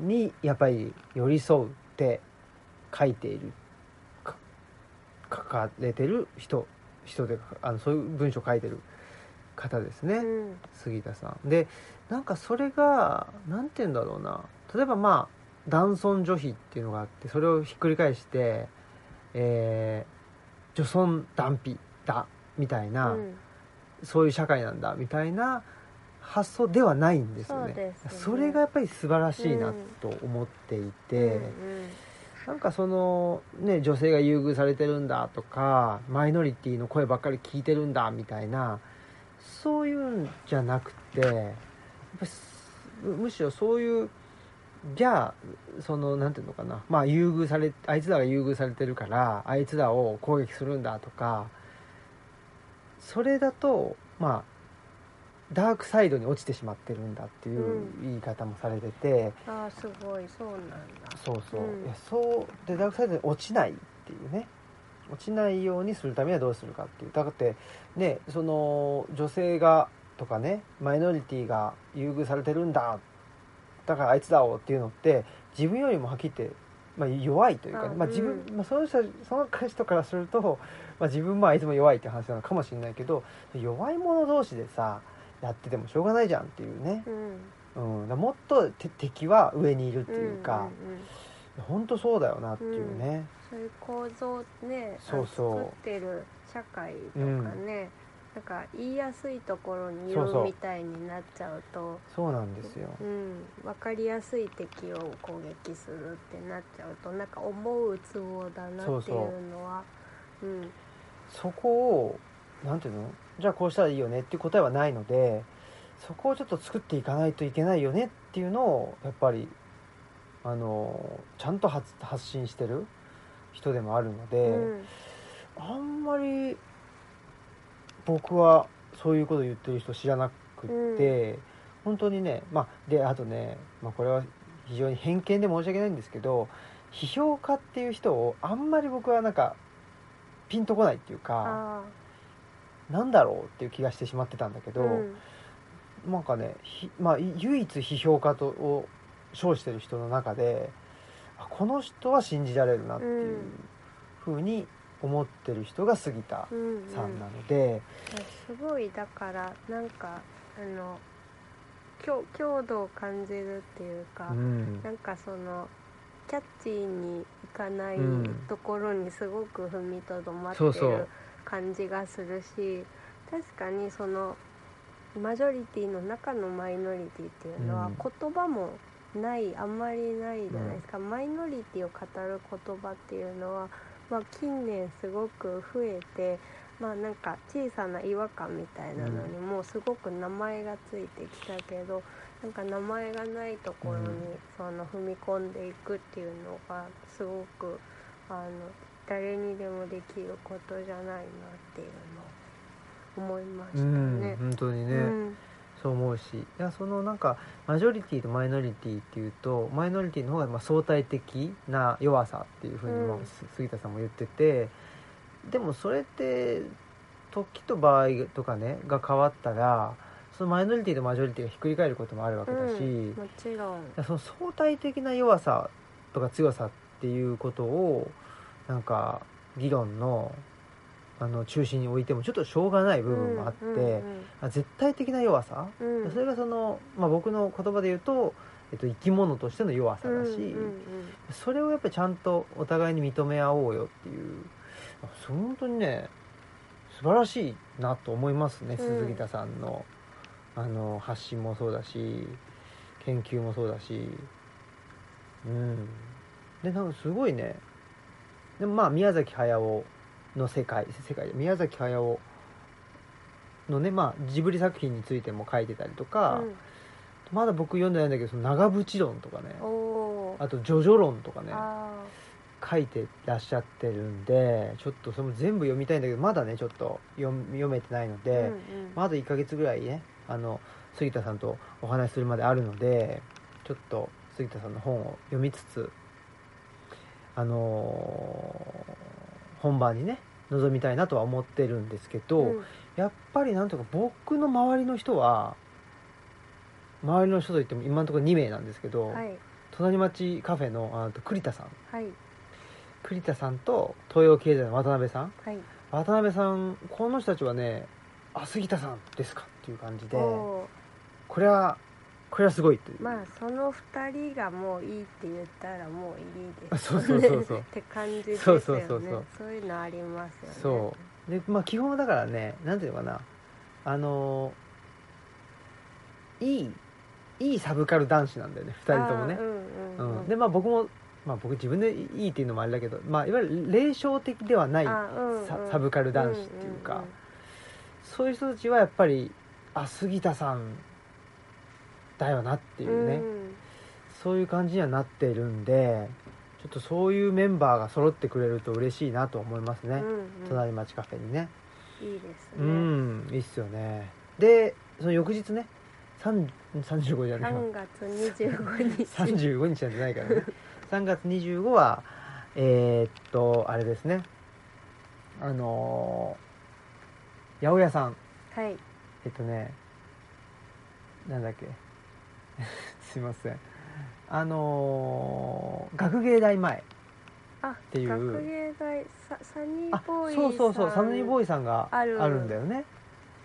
Speaker 1: にやっぱり寄り添うって書いているか書かれてる人人であのそういう文章書いてる方ですね。
Speaker 2: うん
Speaker 1: 杉田さんでなんかそれがなんて言うんだろうな例えばまあ男尊女卑っていうのがあってそれをひっくり返して、えー女尊男卑だみたいな、
Speaker 2: うん
Speaker 1: そういう社会なんだみたいな発想ではないんですよ
Speaker 2: そう
Speaker 1: ね
Speaker 2: ですね
Speaker 1: それがやっぱり素晴らしいなと思っていて、
Speaker 2: うん
Speaker 1: なんかそのね女性が優遇されてるんだとかマイノリティの声ばっかり聞いてるんだみたいなそういうんじゃなくてやっぱりすむむしろそういうじゃあそのなんていうのかなまあ優遇されあいつらが優遇されてるからあいつらを攻撃するんだとかそれだとまあダークサイドに落ちてしまってるんだっていう言い方もされてて、
Speaker 2: ああすごいそうなんだ
Speaker 1: そうそう、
Speaker 2: うん
Speaker 1: いやそうでダークサイドに落ちないっていうね落ちないようにするためにはどうするかっていうだってねその女性がとかねマイノリティが優遇されてるんだだからあいつだをっていうのって自分よりもはっきり言って、まあ、弱いというか、ね
Speaker 2: あ
Speaker 1: まあ、自分、
Speaker 2: う
Speaker 1: まあ、その人その人からすると、まあ、自分もあいつも弱いって話なのかもしれないけど弱い者同士でさやっててもしょうがないじゃんっていうね、
Speaker 2: うん
Speaker 1: うん、だからもっとて敵は上にいるっていうか。
Speaker 2: んうんうん
Speaker 1: 本当そうだよなっていうね、
Speaker 2: そういう構造ね
Speaker 1: そうそう
Speaker 2: 作ってる社会とかね、なんか言いやすいところに
Speaker 1: そうそ
Speaker 2: 言
Speaker 1: う
Speaker 2: うみたいになっちゃうと
Speaker 1: そうなんですよ
Speaker 2: うん、分かりやすい敵を攻撃するってなっちゃうとなんか思うツボだな
Speaker 1: そう
Speaker 2: ってい
Speaker 1: そう
Speaker 2: うのはうん
Speaker 1: そこをなんていうのじゃあこうしたらいいよねっていう答えはないのでそこをちょっと作っていかないといけないよねっていうのをやっぱりあのちゃんと発発信してる人でもあるので、
Speaker 2: うん
Speaker 1: あんまり僕はそういうこと言ってる人知らなくって、本当にねまあであとね、まあ、これは非常に偏見で申し訳ないんですけど批評家っていう人をあんまり僕はなんかピンとこないっていうか
Speaker 2: あ
Speaker 1: なんだろうっていう気がしてしまってたんだけ
Speaker 2: あ
Speaker 1: ど、
Speaker 2: うん
Speaker 1: なんかね、ひまあ、い唯一批評家とを称してる人の中であこの人は信じられるなっていうふうに思ってる人が杉田
Speaker 2: うんうん
Speaker 1: さんなので、
Speaker 2: すごいだからなんかあの強強度を感じるっていうか、
Speaker 1: うん
Speaker 2: なんかそのキャッチーにいかない
Speaker 1: うん
Speaker 2: ところにすごく踏みとどまって
Speaker 1: そうそう
Speaker 2: る感じがするし確かにそのマジョリティの中のマイノリティっていうの
Speaker 1: う
Speaker 2: は
Speaker 1: ん
Speaker 2: 言葉もないあんまりないじゃないですか、マイノリティを語る言葉っていうのは、まあ、近年すごく増えて。まあなんか小さな違和感みたいなのにもうすごく名前がついてきたけど、なんか名前がないところに
Speaker 1: うん
Speaker 2: その踏み込んでいくっていうのがすごくあの誰にでもできることじゃないなっていうのを思いました
Speaker 1: う
Speaker 2: ね。
Speaker 1: ん本当に
Speaker 2: う
Speaker 1: ね、
Speaker 2: ん
Speaker 1: そう思うしいやそのなんかマジョリティとマイノリティっていうとマイノリティの方がまあ相対的な弱さっていうふうにまあ
Speaker 2: うん
Speaker 1: す杉田さんも言ってて、でもそれって時と場合とかねが変わったらそのマイノリティとマジョリティがひっくり返ることもあるわけだし、
Speaker 2: うん
Speaker 1: だか
Speaker 2: もちろん
Speaker 1: らその相対的な弱さとか強さっていうことをなんか議論のあの中心に置いてもちょっとしょうがない部分もあって、あ絶対的な弱さ、
Speaker 2: うんうん
Speaker 1: それがその、まあ、僕の言葉で言うと、えっと、生き物としての弱さだし、
Speaker 2: うんうんうん
Speaker 1: それをやっぱりちゃんとお互いに認め合おうよっていうあそう本当にね素晴らしいなと思いますね、
Speaker 2: うん
Speaker 1: 鈴木田さんのあの発信もそうだし研究もそうだしうんでなんかすごいねでもまあ宮崎駿の世界世界宮崎駿のねまあジブリ作品についても書いてたりとか、まだ僕読んでないんだけどその長渕論とかね
Speaker 2: うん、おー
Speaker 1: あと「ジョジョ論」とかね
Speaker 2: あ
Speaker 1: 書いてらっしゃってるんでちょっとそれも全部読みたいんだけどまだねちょっと読み読めてないの
Speaker 2: ー
Speaker 1: で、
Speaker 2: うんうん
Speaker 1: まだ1ヶ月ぐらいねあの杉田さんとお話しするまであるのでちょっと杉田さんの本を読みつつあのー本番にね臨みたいなとは思ってるんですけど、
Speaker 2: うん
Speaker 1: やっぱりなんとか僕の周りの人は周りの人といっても今のところ2名なんですけど、
Speaker 2: はい
Speaker 1: 隣町カフェのあと栗田さん
Speaker 2: はい
Speaker 1: 栗田さんと東洋経済の渡辺さん
Speaker 2: はい
Speaker 1: 渡辺さんこの人たちはね「あ杉田さんですか」っていう感じで
Speaker 2: おー
Speaker 1: これはこれはすごいという、
Speaker 2: まあその二人がもういいって言ったらもういいで
Speaker 1: あ
Speaker 2: す
Speaker 1: そうそうそうそう
Speaker 2: って感じです
Speaker 1: そ
Speaker 2: よ
Speaker 1: う
Speaker 2: ね
Speaker 1: そうそうそう
Speaker 2: そういうのありますよね
Speaker 1: そうでまあ基本はだからねなんていうのかなあのいいいいサブカル男子なんだよね2人ともね
Speaker 2: あーうん
Speaker 1: う
Speaker 2: うん
Speaker 1: ん、
Speaker 2: うん、
Speaker 1: でまあ僕も、まあ、僕自分でいいっていうのもあれだけど、まあ、いわゆる霊障的ではない
Speaker 2: あーうんうん
Speaker 1: ササブカル男子っていうか、そういう人たちはやっぱりあ杉田さんだよなってい
Speaker 2: んん
Speaker 1: うね、
Speaker 2: ん
Speaker 1: そういう感じにはなってるんでちょっとそういうメンバーが揃ってくれると嬉しいなと思いますね、
Speaker 2: うんうん
Speaker 1: 隣町カフェにね
Speaker 2: いいです
Speaker 1: う
Speaker 2: ね
Speaker 1: んいいっすよねでその翌日ね3 35じゃないわ
Speaker 2: 3月25日
Speaker 1: 35日なんじゃないからね3月25はえーっとあれですねあのー八百屋さん
Speaker 2: はい
Speaker 1: えっとねなんだっけ すいませんあのー学芸大前
Speaker 2: あって
Speaker 1: いう
Speaker 2: 学芸大ササニ
Speaker 1: あ
Speaker 2: ーボーイさん
Speaker 1: そうそうそうサニーボーイさんがあ
Speaker 2: ある
Speaker 1: るんだよね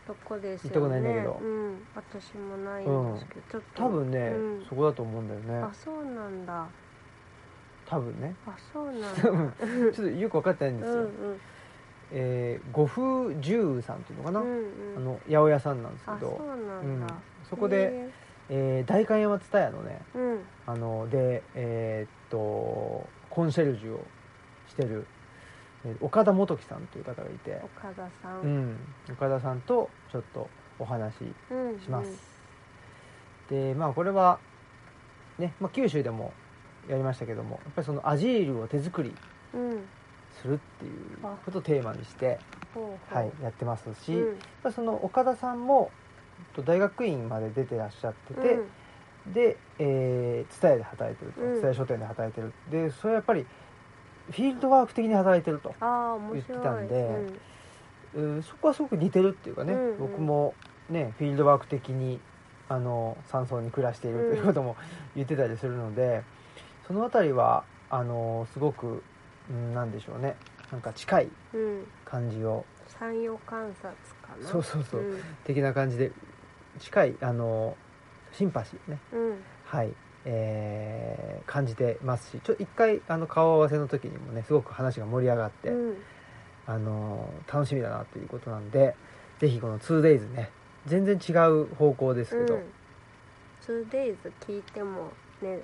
Speaker 2: とこですよ
Speaker 1: 行っ
Speaker 2: ね
Speaker 1: たことないんだけど
Speaker 2: うん、私もないんですけど、ちょっと
Speaker 1: 多分ね、
Speaker 2: うん
Speaker 1: そこだと思うんだよね
Speaker 2: あそうなんだ
Speaker 1: 多分ね
Speaker 2: あそうなんだ
Speaker 1: 多分ちょっとよく分かってないん
Speaker 2: う
Speaker 1: で
Speaker 2: ん
Speaker 1: すよ、
Speaker 2: うん
Speaker 1: えー、五風十さんっていうのか
Speaker 2: う
Speaker 1: な、
Speaker 2: ん
Speaker 1: あ
Speaker 2: うん
Speaker 1: の八百屋さんなんですけ
Speaker 2: あ
Speaker 1: ど
Speaker 2: そうな
Speaker 1: うんん
Speaker 2: だ、
Speaker 1: そこで、えー代官山蔦屋のね
Speaker 2: へえうん
Speaker 1: あのでえーっとコンシェルジュをしてる、えー岡田元樹さんという方がいて、
Speaker 2: 岡田さ、
Speaker 1: うんん、岡田さんとちょっとお話し
Speaker 2: うんうん、
Speaker 1: します、でまあこれは、ねまあ、九州でもやりましたけどもやっぱりそのアジールを手作り
Speaker 2: うん
Speaker 1: するっていうことをテーマにして、
Speaker 2: ほうほう
Speaker 1: はい、やってますし、
Speaker 2: うん
Speaker 1: やっぱりその岡田さんもえっと大学院まで出てらっしゃってて、
Speaker 2: うん
Speaker 1: で、えー、伝えで働いてると
Speaker 2: うん
Speaker 1: 伝え書店で働いてる、でそれはやっぱりフィールドワーク的に働いてると
Speaker 2: ああ面白い
Speaker 1: 言ってたんで
Speaker 2: うん
Speaker 1: うんそこはすごく似てるっていうかね、
Speaker 2: うんうん
Speaker 1: 僕もねフィールドワーク的にあの山荘に暮らしているということも言ってたりするので、その辺りはあのすごく、うん、なんでしょうねなんか近い
Speaker 2: うん、
Speaker 1: 感じを
Speaker 2: 山陽観察かな
Speaker 1: そうそうそう、
Speaker 2: うん
Speaker 1: 的な感じで近いあのシンパシーね
Speaker 2: うん
Speaker 1: はい、えー感じてますしちょ一回あの顔合わせの時にもねすごく話が盛り上がって、
Speaker 2: うん
Speaker 1: あの楽しみだなということなんでぜひこの 2days ね全然違う方向ですけど、
Speaker 2: うん、2days 聞いてもね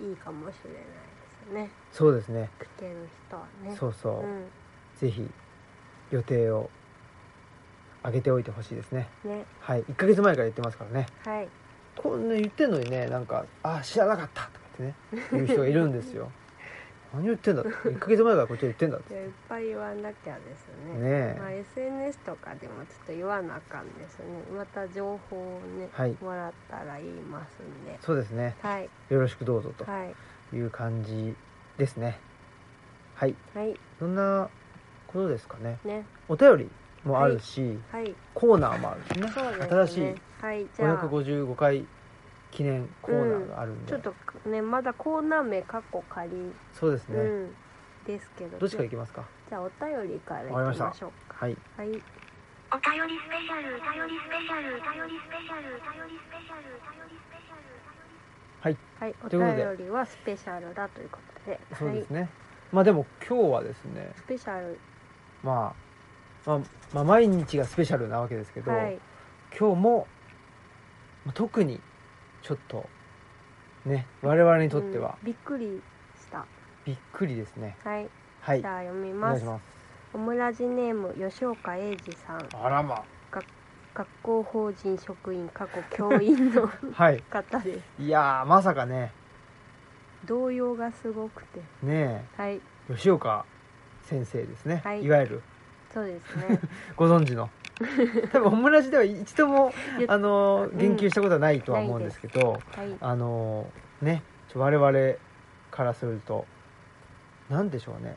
Speaker 2: いいかもしれないですね
Speaker 1: そうですね
Speaker 2: 聞ける人はね
Speaker 1: そうそう、
Speaker 2: ん
Speaker 1: ぜひ予定を上げておいてほしいですね
Speaker 2: ね
Speaker 1: はい1ヶ月前から言ってますからね
Speaker 2: はい
Speaker 1: こんな言ってんのにねなんか「あ知らなかった」とか言ってね言う人がいるんです よ何言ってんだって1ヶ月前からこっちは言ってんだって
Speaker 2: じゃあいっぱい言わなきゃです ね
Speaker 1: ねえ
Speaker 2: まあ、SNS とかでもちょっと言わなあかんですねまた情報をね、
Speaker 1: はい
Speaker 2: もらったら言いますんで
Speaker 1: そうですね
Speaker 2: はい
Speaker 1: よろしくどうぞと
Speaker 2: はい
Speaker 1: いう感じですねはい
Speaker 2: はい
Speaker 1: そんなことですかね
Speaker 2: ね
Speaker 1: お便りもあるし、
Speaker 2: はい
Speaker 1: コーナーもあるしね
Speaker 2: そうですね
Speaker 1: 新しい
Speaker 2: はいじゃあ
Speaker 1: 555回記念コーナーがあるんで、
Speaker 2: ちょっとねまだコーナー名かっこ仮
Speaker 1: そうですね、
Speaker 2: うんですけど
Speaker 1: どっちからいきますか
Speaker 2: じゃあお便りからいき
Speaker 1: わかりま
Speaker 2: ま
Speaker 1: した
Speaker 2: しょうか
Speaker 1: はい
Speaker 2: はい
Speaker 3: お便りスペシャル、お便りスペシャル、お便りスペシャル、お便りスペシャル、お便りスペシャル。
Speaker 1: はい
Speaker 2: はい、お
Speaker 1: ということで
Speaker 2: 便りはスペシャルだということで
Speaker 1: そうです
Speaker 2: はい、
Speaker 1: ね、まあでも今日はですね、
Speaker 2: スペシャル
Speaker 1: まあ、まあまあ毎日がスペシャルなわけですけど、
Speaker 2: はい
Speaker 1: 今日もまあ特にちょっとね我々にとっては
Speaker 2: うんびっくりした
Speaker 1: びっくりですね、
Speaker 2: はい
Speaker 1: はい
Speaker 2: じゃあ読み
Speaker 1: お
Speaker 2: ま
Speaker 1: 願い
Speaker 2: す
Speaker 1: します
Speaker 2: オムラジネーム吉岡英二さん
Speaker 1: あらま
Speaker 2: 学校法人職員過去教員の
Speaker 1: はい
Speaker 2: 方です
Speaker 1: いやーまさかね
Speaker 2: 動揺がすごくて
Speaker 1: ね
Speaker 2: はい
Speaker 1: え吉岡先生ですね、
Speaker 2: はい
Speaker 1: い、わゆる
Speaker 2: そうです ね
Speaker 1: ご存知の多分オムラジでは一度も
Speaker 2: 言っ
Speaker 1: あの
Speaker 2: うん
Speaker 1: 言及したことはないとは思うんですけど、
Speaker 2: はい
Speaker 1: あのねちょ我々からすると何でしょうね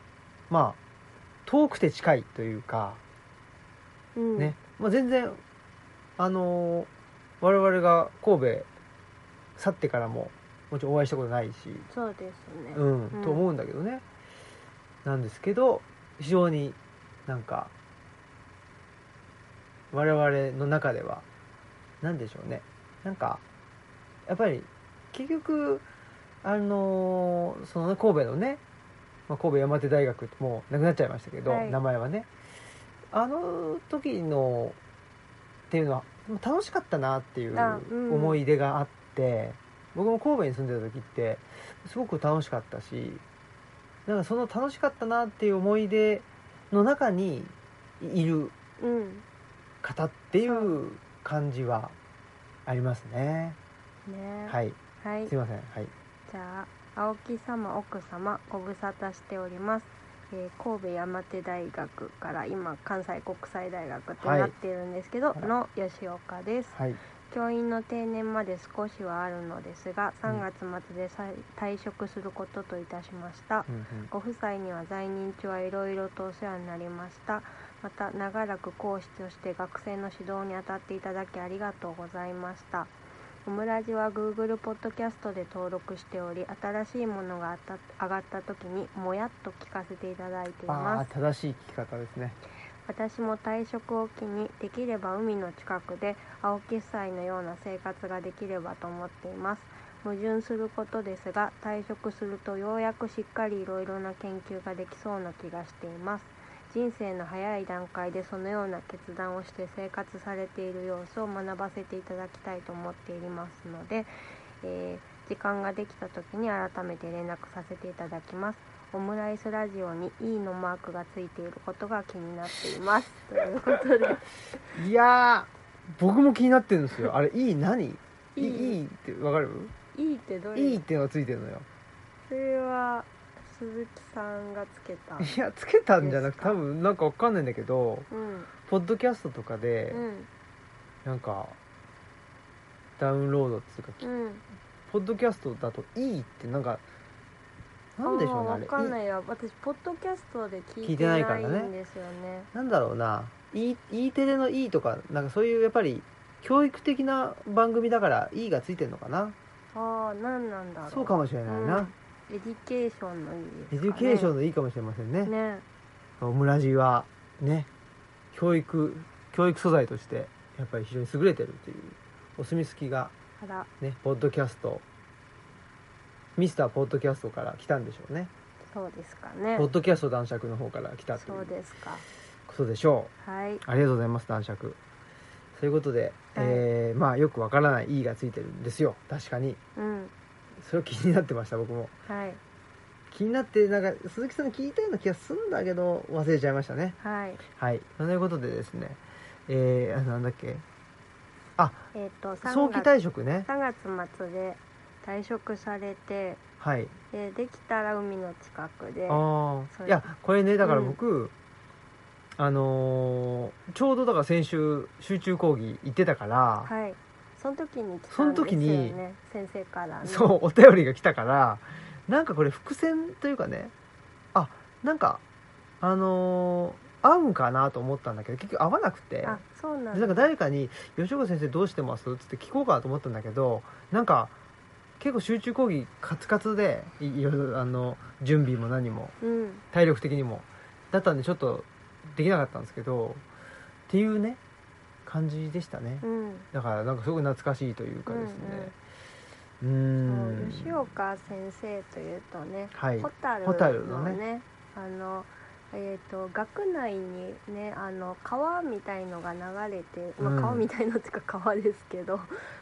Speaker 1: まあ遠くて近いというか、
Speaker 2: うん
Speaker 1: ね、まあ、全然あの我々が神戸去ってからももちろんお会いしたことないし、
Speaker 2: そうですね、
Speaker 1: うん
Speaker 2: うん
Speaker 1: と思うんだけどねなんですけど非常になんか我々の中では何でしょうねなんかやっぱり結局あのーその神戸のね、まあ、神戸山手大学もうなくなっちゃいましたけど、
Speaker 2: はい
Speaker 1: 名前はねあの時のっていうのは楽しかったなっていう
Speaker 2: あうん
Speaker 1: 思い出があって、僕も神戸に住んでた時ってすごく楽しかったしなんかその楽しかったなっていう思い出の中にいる
Speaker 2: うん
Speaker 1: 方っていう感じはありますね。
Speaker 2: ね
Speaker 1: はい、
Speaker 2: はい
Speaker 1: すいません。はい。
Speaker 2: じゃあ青木様奥様ご無沙汰しております、えー神戸山手大学から今関西国際大学となっているんですけど、
Speaker 1: いあら
Speaker 2: の吉岡です
Speaker 1: はい。
Speaker 2: 教員の定年まで少しはあるのですが3月末でさい退職することといたしました、
Speaker 1: うんうん
Speaker 2: ご夫妻には在任中はいろいろとお世話になりましたまた長らく講師として学生の指導に当たっていただきありがとうございましたオムラジは Google ポッドキャストで登録しており新しいものがあった上がった時にもやっと聞かせていただいてい
Speaker 1: あ
Speaker 2: ま
Speaker 1: あ
Speaker 2: す
Speaker 1: 正しい聞き方ですね。
Speaker 2: 私も退職を機にできれば海の近くで青木夫妻のような生活ができればと思っています矛盾することですが退職するとようやくしっかりいろいろな研究ができそうな気がしています人生の早い段階でそのような決断をして生活されている様子を学ばせていただきたいと思っていますので、えー時間ができた時に改めて連絡させていただきますオムライスラジオに E のマークがついていることが気になってい ますということで
Speaker 1: いやー僕も気になってるんですよ。あれいい何？いい
Speaker 2: E
Speaker 1: いいってわかる？
Speaker 2: E ってどれ
Speaker 1: いいってのがついてるのよ。
Speaker 2: それは鈴木さんがつけ た
Speaker 1: いやつけたんじゃなく
Speaker 2: です
Speaker 1: て
Speaker 2: か
Speaker 1: 多分なんかわかんないんだけど、
Speaker 2: うん
Speaker 1: ポッドキャストとかで
Speaker 2: うん
Speaker 1: なんかダウンロードっていうか
Speaker 2: うん
Speaker 1: ポッドキャストだといいってなんかなんでしょうねあれ
Speaker 2: 分かんないいわ私ポッドキャストで聞
Speaker 1: 聞
Speaker 2: い
Speaker 1: い
Speaker 2: て
Speaker 1: て
Speaker 2: な
Speaker 1: ないいからね
Speaker 2: んですよね
Speaker 1: なんだろうな E, e テレの E とかなんかそういうやっぱり教育的な番組だから E がついてるのかな
Speaker 2: ああ何なんだろう
Speaker 1: そうかもしれないな、
Speaker 2: うんエデュケーションのいいですか、
Speaker 1: エ
Speaker 2: ね、
Speaker 1: デュケーションのいいかもしれませんね
Speaker 2: ね
Speaker 1: オムラジはね教育教育素材としてやっぱり非常に優れてるというお墨付きが
Speaker 2: あら
Speaker 1: ねポッドキャストミスターポッドキャストから来たんでしょうね
Speaker 2: そうですかね
Speaker 1: ポッドキャスト男爵の方から来たとい
Speaker 2: そう
Speaker 1: う
Speaker 2: ですか
Speaker 1: ことでしょう
Speaker 2: はい
Speaker 1: ありがとうございます男爵そういうことで、えーまあよくわからない「い」がついてるんですよ確かに
Speaker 2: うん
Speaker 1: それは気になってました僕も
Speaker 2: はい
Speaker 1: 気になってなんか鈴木さんに聞いたような気がするんだけど忘れちゃいましたね
Speaker 2: はい
Speaker 1: はいということでですねえー、あなんだっけあ
Speaker 2: えっ、と
Speaker 1: 早
Speaker 2: 3
Speaker 1: 期
Speaker 2: 月
Speaker 1: 退職ね
Speaker 2: 3月末で退職されて
Speaker 1: はい
Speaker 2: でできたら海の近くで
Speaker 1: あ
Speaker 2: そ
Speaker 1: あ
Speaker 2: れ
Speaker 1: いやこれねだから僕、あのーちょうどだから先週集中講義行ってたから、
Speaker 2: はいその時に来た
Speaker 1: その
Speaker 2: んです
Speaker 1: 時
Speaker 2: よ
Speaker 1: に
Speaker 2: ね先生からね
Speaker 1: そうお便りが来たからなんかこれ伏線というかねあなんかあのー合うんかなと思ったんだけど結局合わなくて
Speaker 2: あそうなん
Speaker 1: でなんか誰かに「吉岡先生どうしてます?」っつって聞こうかと思ったんだけどなんか結構集中講義カツカツでいいろいろあの準備も何も
Speaker 2: うん
Speaker 1: 体力的にもだったんでちょっとできなかったんですけどっていうね感じでしたね、
Speaker 2: うん
Speaker 1: だからなんかすごく懐かしいというかですねうー
Speaker 2: そ
Speaker 1: ん
Speaker 2: う吉岡先生というとね
Speaker 1: はい
Speaker 2: ホタル
Speaker 1: ホタル
Speaker 2: の
Speaker 1: のね
Speaker 2: ねあのえー、と学内にねあの川みたいのが流れて、ま
Speaker 1: う
Speaker 2: あ、
Speaker 1: ん
Speaker 2: 川みたいのっていうか川ですけど、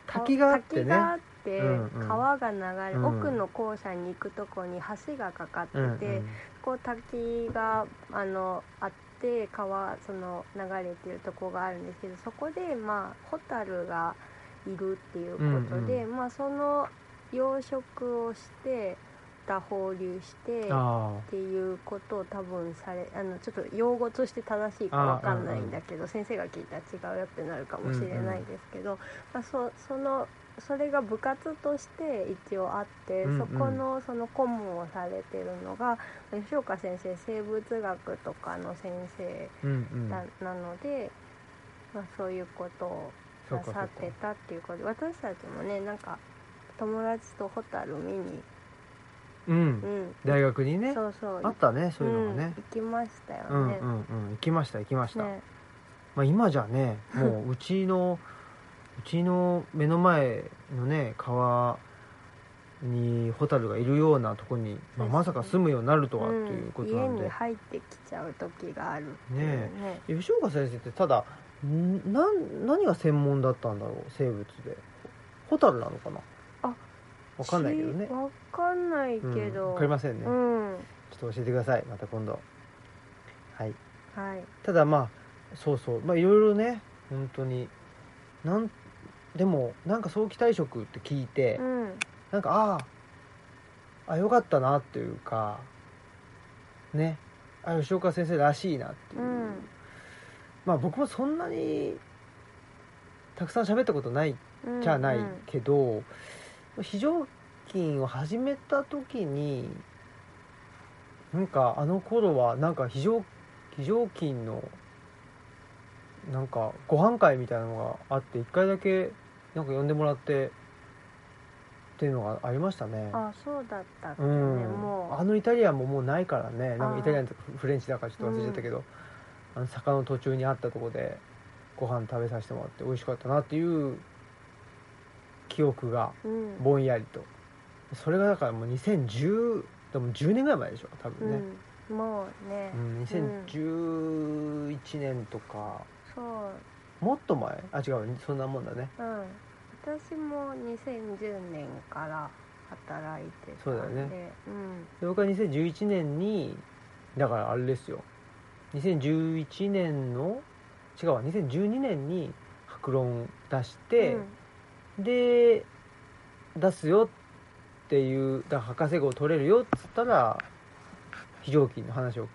Speaker 1: 滝があってね
Speaker 2: 滝があって
Speaker 1: うんうん
Speaker 2: 川が流れ、
Speaker 1: うん
Speaker 2: 奥の校舎に行くとこに橋がかかってて、
Speaker 1: うんうん
Speaker 2: こう滝があのあって川その流れてるとこがあるんですけどそこでまあホタルがいるっていうことで、
Speaker 1: う
Speaker 2: まあその養殖をしてまた放流してっ
Speaker 1: あ
Speaker 2: ていうことを多分されあのちょっと用語として正しいかわかんないんだけど、先生が聞いたら違うよってなるかもしれないですけど、まあ、そそのそれが部活として一応あって、
Speaker 1: うんうん
Speaker 2: そこのその顧問をされてるのが吉岡先生生物学とかの先生
Speaker 1: ーうんうん
Speaker 2: だ、なので、まあ、そういうことを
Speaker 1: そうか
Speaker 2: な
Speaker 1: そう
Speaker 2: さ
Speaker 1: か
Speaker 2: ってたっていうことで私たちもねなんか友達とホタル見に、
Speaker 1: う
Speaker 2: うんん、
Speaker 1: 大学にね
Speaker 2: そうそう
Speaker 1: あったねそういうのが
Speaker 2: ん
Speaker 1: ね
Speaker 2: 行きましたよね。
Speaker 1: うんうんうん行きました行きました、
Speaker 2: ね
Speaker 1: まあ、今じゃ ねもううちのうちの目の前のね川にホタルがいるようなとこに、まあ、まさか住むようになるとはと
Speaker 2: うん
Speaker 1: いうことなん
Speaker 2: 家に
Speaker 1: で、
Speaker 2: 入ってきちゃう時があるっていう
Speaker 1: ね吉岡先生ってただんなん何が専門だったんだろう生物でホタルなのかな
Speaker 2: あ
Speaker 1: わかんないけどね
Speaker 2: しわかんないけ
Speaker 1: うん
Speaker 2: ど。
Speaker 1: わかりませんね、
Speaker 2: うん。は
Speaker 1: ちょっと教えてくださいまた今度はい
Speaker 2: い。
Speaker 1: ただまあそうそうまあいろいろね本当になんでもなんか早期退職って聞いて、
Speaker 2: うん。
Speaker 1: なんかあああよかったなっていうかねあ吉岡先生らしいなっていう、
Speaker 2: うん
Speaker 1: まあ僕もそんなにたくさん喋ったことない
Speaker 2: うん。
Speaker 1: じゃない
Speaker 2: うん
Speaker 1: けど、非常勤を始めた時になんかあの頃はなんか非常非常勤のなんかご飯会みたいなのがあって一回だけなんか呼んでもらってっていうのがありましたね。
Speaker 2: あ、そうだったっけ
Speaker 1: う
Speaker 2: ね。
Speaker 1: ん、あ
Speaker 2: も
Speaker 1: のイタリアンももうないからねなん
Speaker 2: あ
Speaker 1: か
Speaker 2: ー
Speaker 1: イタリアンとかフレンチだからちょっと忘れちゃったけど、あの坂の途中にあったとこでご飯食べさせてもらって美味しかったなっていう記憶が
Speaker 2: う。うん。
Speaker 1: ぼんやりとそれがだからもう2010でも10年ぐらい前でしょ多分ね、
Speaker 2: うん。もうね
Speaker 1: う。ん2011年とか
Speaker 2: そう。
Speaker 1: もっと前あ違うそんなもんだね
Speaker 2: うん。私も2010年から働いてた
Speaker 1: そうだよ
Speaker 2: んで。
Speaker 1: ね
Speaker 2: うん。
Speaker 1: で僕は2011年にだからあれですよ2011年の違うわ2012年に白論出して、で出すよっていうだから博士号取れるよっつったら非常勤の話を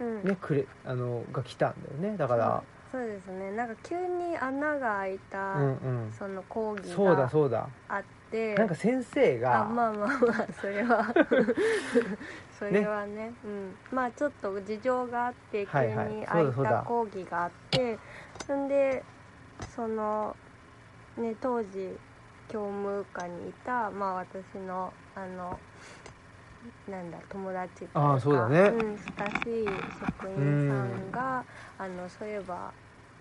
Speaker 2: うん。うん
Speaker 1: ね。くれあのが来たんだよねだから
Speaker 2: そうですね。なんか急に穴が開いうた。
Speaker 1: んうん
Speaker 2: その講義
Speaker 1: そうだ
Speaker 2: が
Speaker 1: そうだ
Speaker 2: あって。
Speaker 1: なんか先生
Speaker 2: あ
Speaker 1: が
Speaker 2: まあまあまあそれは それはねうん、まあちょっと事情があって急
Speaker 1: はいはい
Speaker 2: に
Speaker 1: そう
Speaker 2: 空い
Speaker 1: だそう
Speaker 2: た
Speaker 1: だ
Speaker 2: 講義があって、そんでそのね当時教務課にいたまあ私のあのなんだ友達というか
Speaker 1: あーそうだね
Speaker 2: ん、親しい職員さんがあのそういえば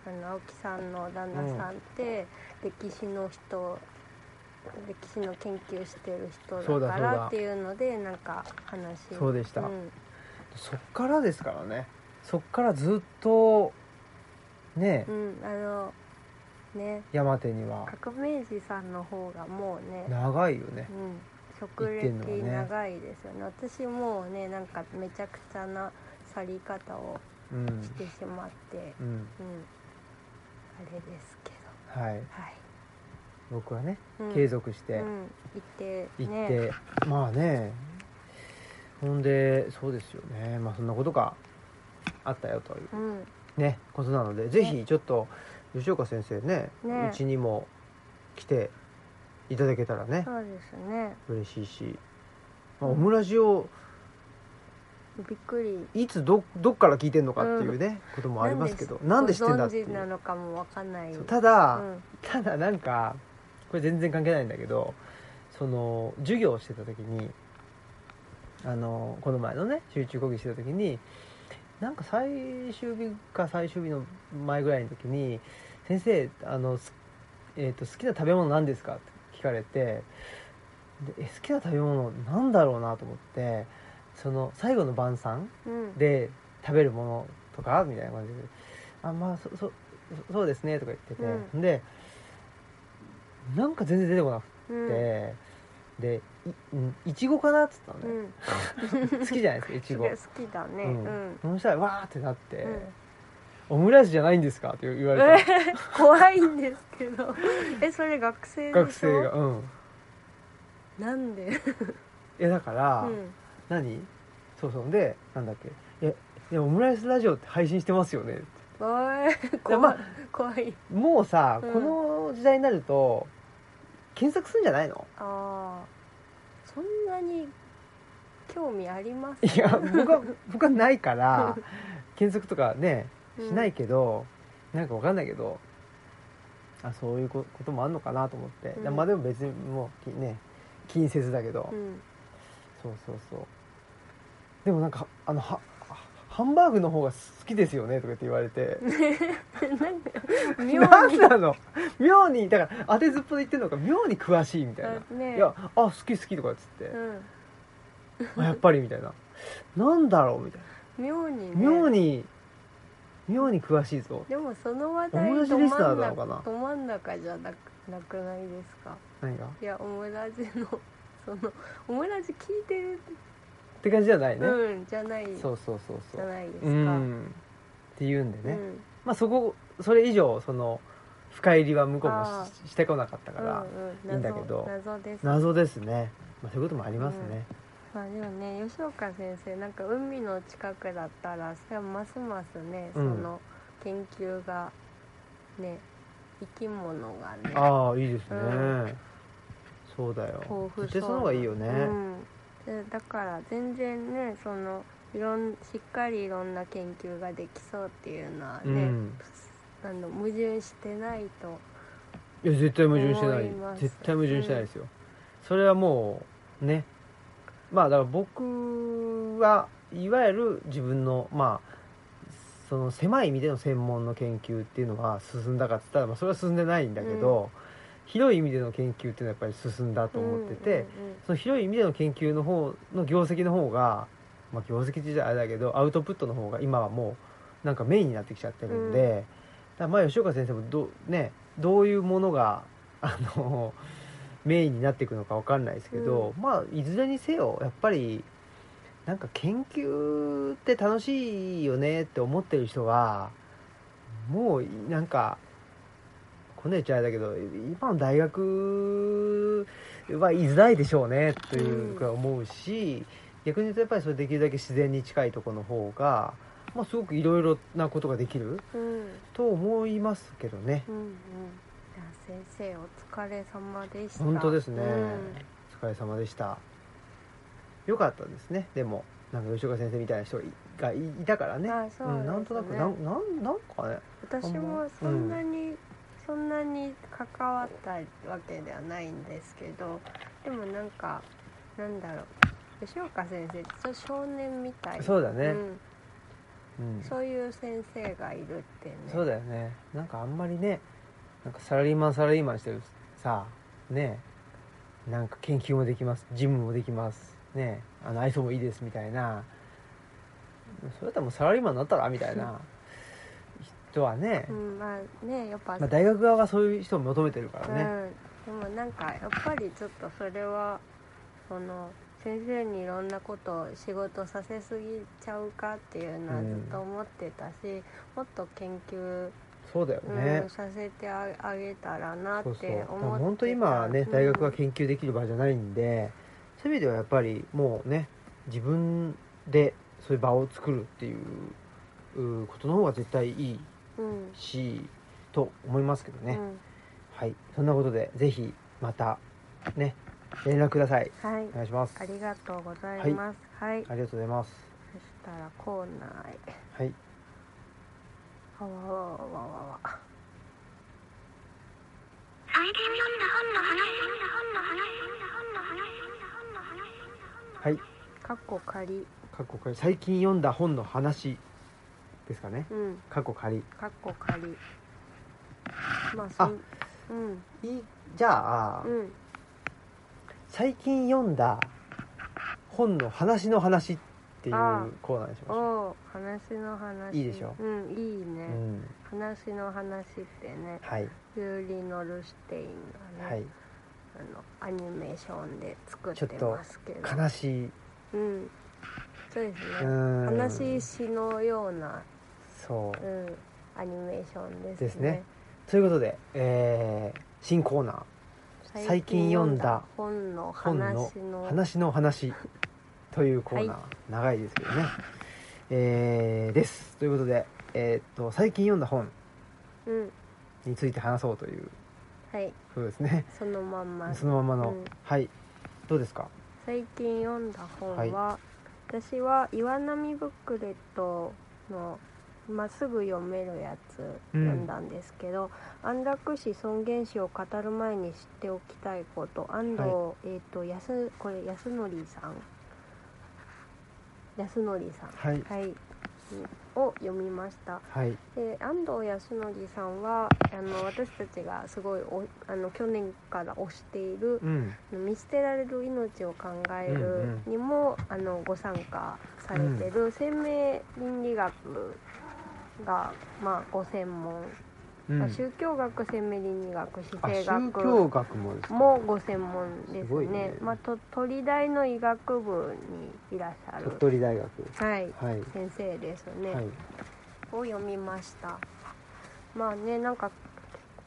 Speaker 2: あの青木さんの旦那さんって、歴史の人歴史の研究してる
Speaker 1: そ
Speaker 2: 人
Speaker 1: う
Speaker 2: だ
Speaker 1: だ
Speaker 2: か
Speaker 1: そう
Speaker 2: ら
Speaker 1: だ
Speaker 2: っていうのでなんか話を
Speaker 1: そうでした
Speaker 2: うん
Speaker 1: そっからですからねそっからずっとね
Speaker 2: うんあのね
Speaker 1: 山手には
Speaker 2: 革命児さんの方がもうね
Speaker 1: 長いよね
Speaker 2: うん職
Speaker 1: 言っ
Speaker 2: 歴
Speaker 1: てんのはね
Speaker 2: 長いですよね私もうねなんかめちゃくちゃな去り方を
Speaker 1: うん
Speaker 2: し、てしまって
Speaker 1: うん、
Speaker 2: うんあれですけど
Speaker 1: はい
Speaker 2: はい、
Speaker 1: 僕はね
Speaker 2: うん、
Speaker 1: 継続し
Speaker 2: う
Speaker 1: て
Speaker 2: ん、行って
Speaker 1: 行って、
Speaker 2: ね
Speaker 1: まあねほんでそうですよねまあそんなことがあったよという
Speaker 2: うん
Speaker 1: ねことなのでぜひちょっと吉岡先生ね
Speaker 2: ね
Speaker 1: うちにも来ていただけたらね
Speaker 2: そうですね
Speaker 1: 嬉しいし、まあ、オムラジオ
Speaker 2: びっくり
Speaker 1: いつどどっから聞いてんのかっていうね、こともありますけどなんで知ってんだってい
Speaker 2: ご存知な
Speaker 1: う
Speaker 2: のかもわかんない
Speaker 1: そうただ、
Speaker 2: うん
Speaker 1: ただなんかこれ全然関係ないんだけどその授業をしてた時にあのこの前のね集中講義してた時になんか最終日か最終日の前ぐらいの時に「先生あの、すえー、と好きな食べ物何ですか?」って聞かれてでえ好きな食べ物なんだろうなと思ってその最後の晩餐
Speaker 2: うん
Speaker 1: で食べるものとかみたいな感じで「あまあそそそうですね」とか言ってて、
Speaker 2: う
Speaker 1: でなんか全然出てこなく
Speaker 2: うん
Speaker 1: て、でいんいちごかなっつったの
Speaker 2: う
Speaker 1: ね、
Speaker 2: ん
Speaker 1: 好きじゃないですかいち
Speaker 2: す
Speaker 1: ご
Speaker 2: ごい好。きだね
Speaker 1: う
Speaker 2: うんん
Speaker 1: そしたらわーってなって、
Speaker 2: うん
Speaker 1: オムライスじゃないんですか?」って言わ
Speaker 2: え
Speaker 1: れたの、
Speaker 2: ー 怖いんですけ どえそれ学生でしょ
Speaker 1: 学生がうん
Speaker 2: なんで
Speaker 1: いやだから、
Speaker 2: うん
Speaker 1: 何そうそうでなんだっけ「えでもオムライスラジオって配信してますよね」って
Speaker 2: 怖い
Speaker 1: でまあ
Speaker 2: 怖い怖い
Speaker 1: もうさ、
Speaker 2: うん
Speaker 1: この時代になると検索するんじゃないの
Speaker 2: ああそんなに興味あります
Speaker 1: いや僕は僕はないから 検索とかねしないけど、なんかわかんないけどあそういうここともあんのかなと思って、
Speaker 2: うん
Speaker 1: まあでも別にもうきね気にせずだけど、
Speaker 2: うん
Speaker 1: そうそうそうでもなんかあのはハンバーグの方が好きですよねとかって言われて
Speaker 2: なん か妙
Speaker 1: 何
Speaker 2: に
Speaker 1: なの妙にだから当てずっぽで言ってるのが妙に詳しいみたいな「
Speaker 2: ね
Speaker 1: いやあ好き好き」とかっつって
Speaker 2: うん
Speaker 1: 「あやっぱり」みたいな「なんだろう」みたいな
Speaker 2: 妙にね
Speaker 1: 妙に妙に詳しいぞ
Speaker 2: でもその話題
Speaker 1: 同じ
Speaker 2: ど
Speaker 1: リスナ
Speaker 2: 真
Speaker 1: ー
Speaker 2: ん
Speaker 1: なのかな
Speaker 2: 中ど真ん中じゃなくなくないですか
Speaker 1: 何がっ
Speaker 2: いやオムラジの そのオムラジ聞いてる、
Speaker 1: て感じじゃないね、
Speaker 2: うんじゃない
Speaker 1: そうそうそう
Speaker 2: じ
Speaker 1: そ
Speaker 2: ゃ
Speaker 1: う
Speaker 2: ないですか、
Speaker 1: うんっていうんでね、
Speaker 2: うん
Speaker 1: まあそこそれ以上その深入りは向こうも
Speaker 2: あ
Speaker 1: ししてこなかったから、
Speaker 2: うんうん、
Speaker 1: いいんだけど
Speaker 2: 謎謎です
Speaker 1: 謎ですね、まあ、そういうこともありますね、
Speaker 2: まあでもね吉岡先生なんか海の近くだったらそれはますますね、
Speaker 1: うん
Speaker 2: その研究がね生き物がね
Speaker 1: ああいいですね、
Speaker 2: うん
Speaker 1: そうだよ
Speaker 2: 豊富そう
Speaker 1: 絶対その方がいいよね、
Speaker 2: うん、でだから全然ねそのいろんしっかりいろんな研究ができそうっていうのは
Speaker 1: う
Speaker 2: ね、
Speaker 1: ん
Speaker 2: あの矛盾してないと
Speaker 1: いや絶対矛盾してな
Speaker 2: 思
Speaker 1: い
Speaker 2: います
Speaker 1: 絶対矛盾してないですよ、それはもうねまあだから僕はいわゆる自分のまあその狭い意味での専門の研究っていうのは進んだかって言ったら、まあ、それは進んでないんだけど、広い意味での研究っていうのはやっぱり進んだと思ってて、
Speaker 2: うんうん
Speaker 1: その広い意味での研究の方の業績の方が、まあ、業績時代あれだけどアウトプットの方が今はもうなんかメインになってきちゃってるんで、
Speaker 2: う
Speaker 1: だからまあ吉岡先生もど,、ね、どういうものがあの メインになっていくのかわかんないですけど、まあいずれにせよやっぱりなんか研究って楽しいよねって思ってる人はもうなんかこねちゃあれだけど今の大学は居づらいでしょうねというか思うし、逆に言うとやっぱりそれできるだけ自然に近いところの方が、まあ、すごくいろいろなことができる
Speaker 2: うんうん
Speaker 1: と思いますけどね。
Speaker 2: うんうんいや先生お疲れ様でした
Speaker 1: 本当ですね、
Speaker 2: うん
Speaker 1: お疲れ様でしたよかったですねでもなんか吉岡先生みたいな人がいいたからね
Speaker 2: あそうですね
Speaker 1: ん、なんとなくなんなんなんかね
Speaker 2: 私もそんなに、そんなに関わったわけではないんですけどでもなんかなんだろう吉岡先生ちょっと少年みたい
Speaker 1: そうだねう
Speaker 2: ん
Speaker 1: ん
Speaker 2: そういう先生がいるってね
Speaker 1: そうだよねなんかあんまりねなんかサラリーマンサラリーマンしてるさねなんか研究もできますジムもできますねあの愛想もいいですみたいなそれだったらもうサラリーマンになったらみたい な人はね、
Speaker 2: うん、まあねやっぱ、
Speaker 1: まあ、大学側はそういう人を求めてるからね、
Speaker 2: うん、でもなんかやっぱりちょっとそれはその先生にいろんなことを仕事させすぎちゃうかっていうのはずっと思ってたし、もっと研究
Speaker 1: そうだよね
Speaker 2: うん、、させてああげたらなっ
Speaker 1: そうそう
Speaker 2: て
Speaker 1: だから
Speaker 2: 思って
Speaker 1: 本当今はね
Speaker 2: た
Speaker 1: 大学が研究できる場じゃないんで、そういう意味ではやっぱりもうね自分でそういう場を作るっていううーことの方が絶対いい
Speaker 2: うんうん
Speaker 1: しと思いますけどね、
Speaker 2: うん
Speaker 1: はいそんなことでぜひまたね連絡ください
Speaker 2: はい
Speaker 1: お願いします
Speaker 2: あ
Speaker 1: あり
Speaker 2: りがとうございますはい、
Speaker 1: がとうございます
Speaker 2: そしたらコーナーへ
Speaker 1: はい
Speaker 2: あわわわわわわ
Speaker 3: 最近読んだ本の話読んだ本の話読んだ本の
Speaker 2: かっこ仮
Speaker 1: 過去仮最近読んだ本の話ですかね
Speaker 2: うん
Speaker 1: 過去仮
Speaker 2: かっこ仮まあそ
Speaker 1: あ
Speaker 2: んうん
Speaker 1: いいじゃあ、
Speaker 2: うん
Speaker 1: 最近読んだ本の話の話っていう
Speaker 2: あ
Speaker 1: コーナーにしましょ
Speaker 2: おう話の話
Speaker 1: いいでしょ、
Speaker 2: うんいいうね
Speaker 1: う、ん、
Speaker 2: 話の話ってね
Speaker 1: はい
Speaker 2: ユーリ・ノルシュテインが
Speaker 1: は
Speaker 2: ね、
Speaker 1: い
Speaker 2: あのアニメーションで作ってますけど
Speaker 1: 悲しい
Speaker 2: うんそうです
Speaker 1: う
Speaker 2: ね、
Speaker 1: ん
Speaker 2: 悲しい詩のような、
Speaker 1: そう
Speaker 2: うん、アニメーションですね
Speaker 1: ですねということで、えー新コーナ最近読んだ
Speaker 2: 本の
Speaker 1: ー本の
Speaker 2: 話の
Speaker 1: 話の話というコーナー、
Speaker 2: は
Speaker 1: 長いですけどね、えーですということで、えーっと最近読んだ本
Speaker 2: うん
Speaker 1: について話そうという
Speaker 2: はい
Speaker 1: そうですね、
Speaker 2: そのまんま
Speaker 1: そのままの、
Speaker 2: うん
Speaker 1: はいどうですか
Speaker 2: 最近読んだ本は、私は岩波ブックレットのまっすぐ読めるやつ
Speaker 1: うん
Speaker 2: 読んだんですけど、安楽死尊厳死を語る前に知っておきたいこと安藤、
Speaker 1: は
Speaker 2: えっ、とやすこれ安則さん安則さん
Speaker 1: はい
Speaker 2: はいを読みました
Speaker 1: はい
Speaker 2: で安藤康則さんはあの私たちがすごいおあの去年から推している
Speaker 1: うん
Speaker 2: 見捨てられる命を考えるにも、あのご参加されてる生命倫理学が、まあ、ご専門、
Speaker 1: うん
Speaker 2: まあ宗教学生命倫理学姿
Speaker 1: あ
Speaker 2: 勢
Speaker 1: 宗
Speaker 2: 学
Speaker 1: 教学もですか
Speaker 2: もご専門ですす
Speaker 1: ご
Speaker 2: ね
Speaker 1: いね
Speaker 2: まあ、と鳥大の医学部にいらっしゃ
Speaker 1: 鳥
Speaker 2: る、
Speaker 1: 取大学
Speaker 2: はい、
Speaker 1: はい
Speaker 2: 先生ですね、
Speaker 1: はい
Speaker 2: を読みましたまあねなんか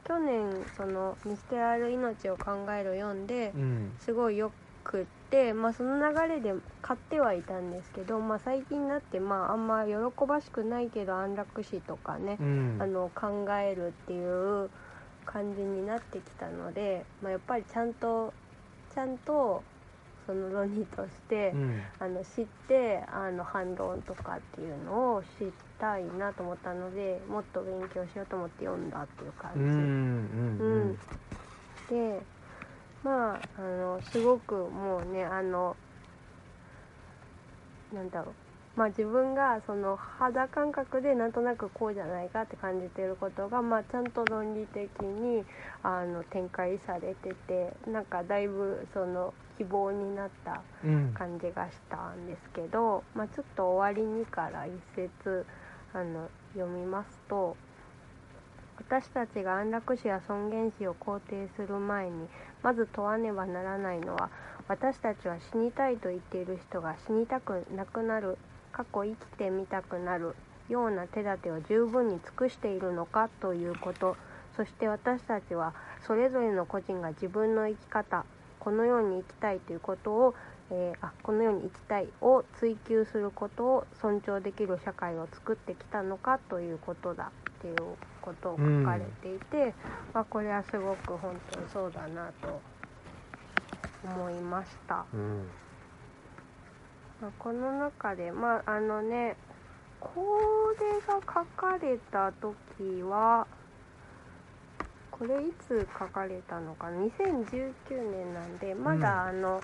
Speaker 2: 去年その「見捨てられる命を考える」読んで、
Speaker 1: うん
Speaker 2: すごいよくって、まあ、その流れで買ってはいたんですけど、まあ、最近になって、まあ、あんま喜ばしくないけど安楽死とかね
Speaker 1: う、ん
Speaker 2: あの考えるっていう感じになってきたので、まあ、やっぱりちゃんとちゃんとその論理として、
Speaker 1: うん
Speaker 2: あの知ってあの反論とかっていうのを知りたいなと思ったのでもっと勉強しようと思って読んだっていう感
Speaker 1: う
Speaker 2: じ。
Speaker 1: んうんう
Speaker 2: うんん、でまああのすごくもうねあのなんだろうまあ自分がその肌感覚でなんとなくこうじゃないかって感じてることが、まあ、ちゃんと論理的にあの展開されててなんかだいぶその希望になった
Speaker 1: うん
Speaker 2: 感じがしたんですけど、まあ、ちょっと終わりにから一節あの読みますと「私たちが安楽死や尊厳死を肯定する前にまず問わねばならないのは私たちは死にたいと言っている人が死にたくなくなる過去生きてみたくなるような手立てを十分に尽くしているのかということそして私たちはそれぞれの個人が自分の生き方このように生きたいということを、えーあこのように生きたいを追求することを尊重できる社会を作ってきたのかということだっていうことを書かれていて、まあ、これはすごく本当にそうだなと思いました。
Speaker 1: うん
Speaker 2: まあこの中でまああのねこれが書かれた時はこれいつ書かれたのかな2019年なんでまだあの、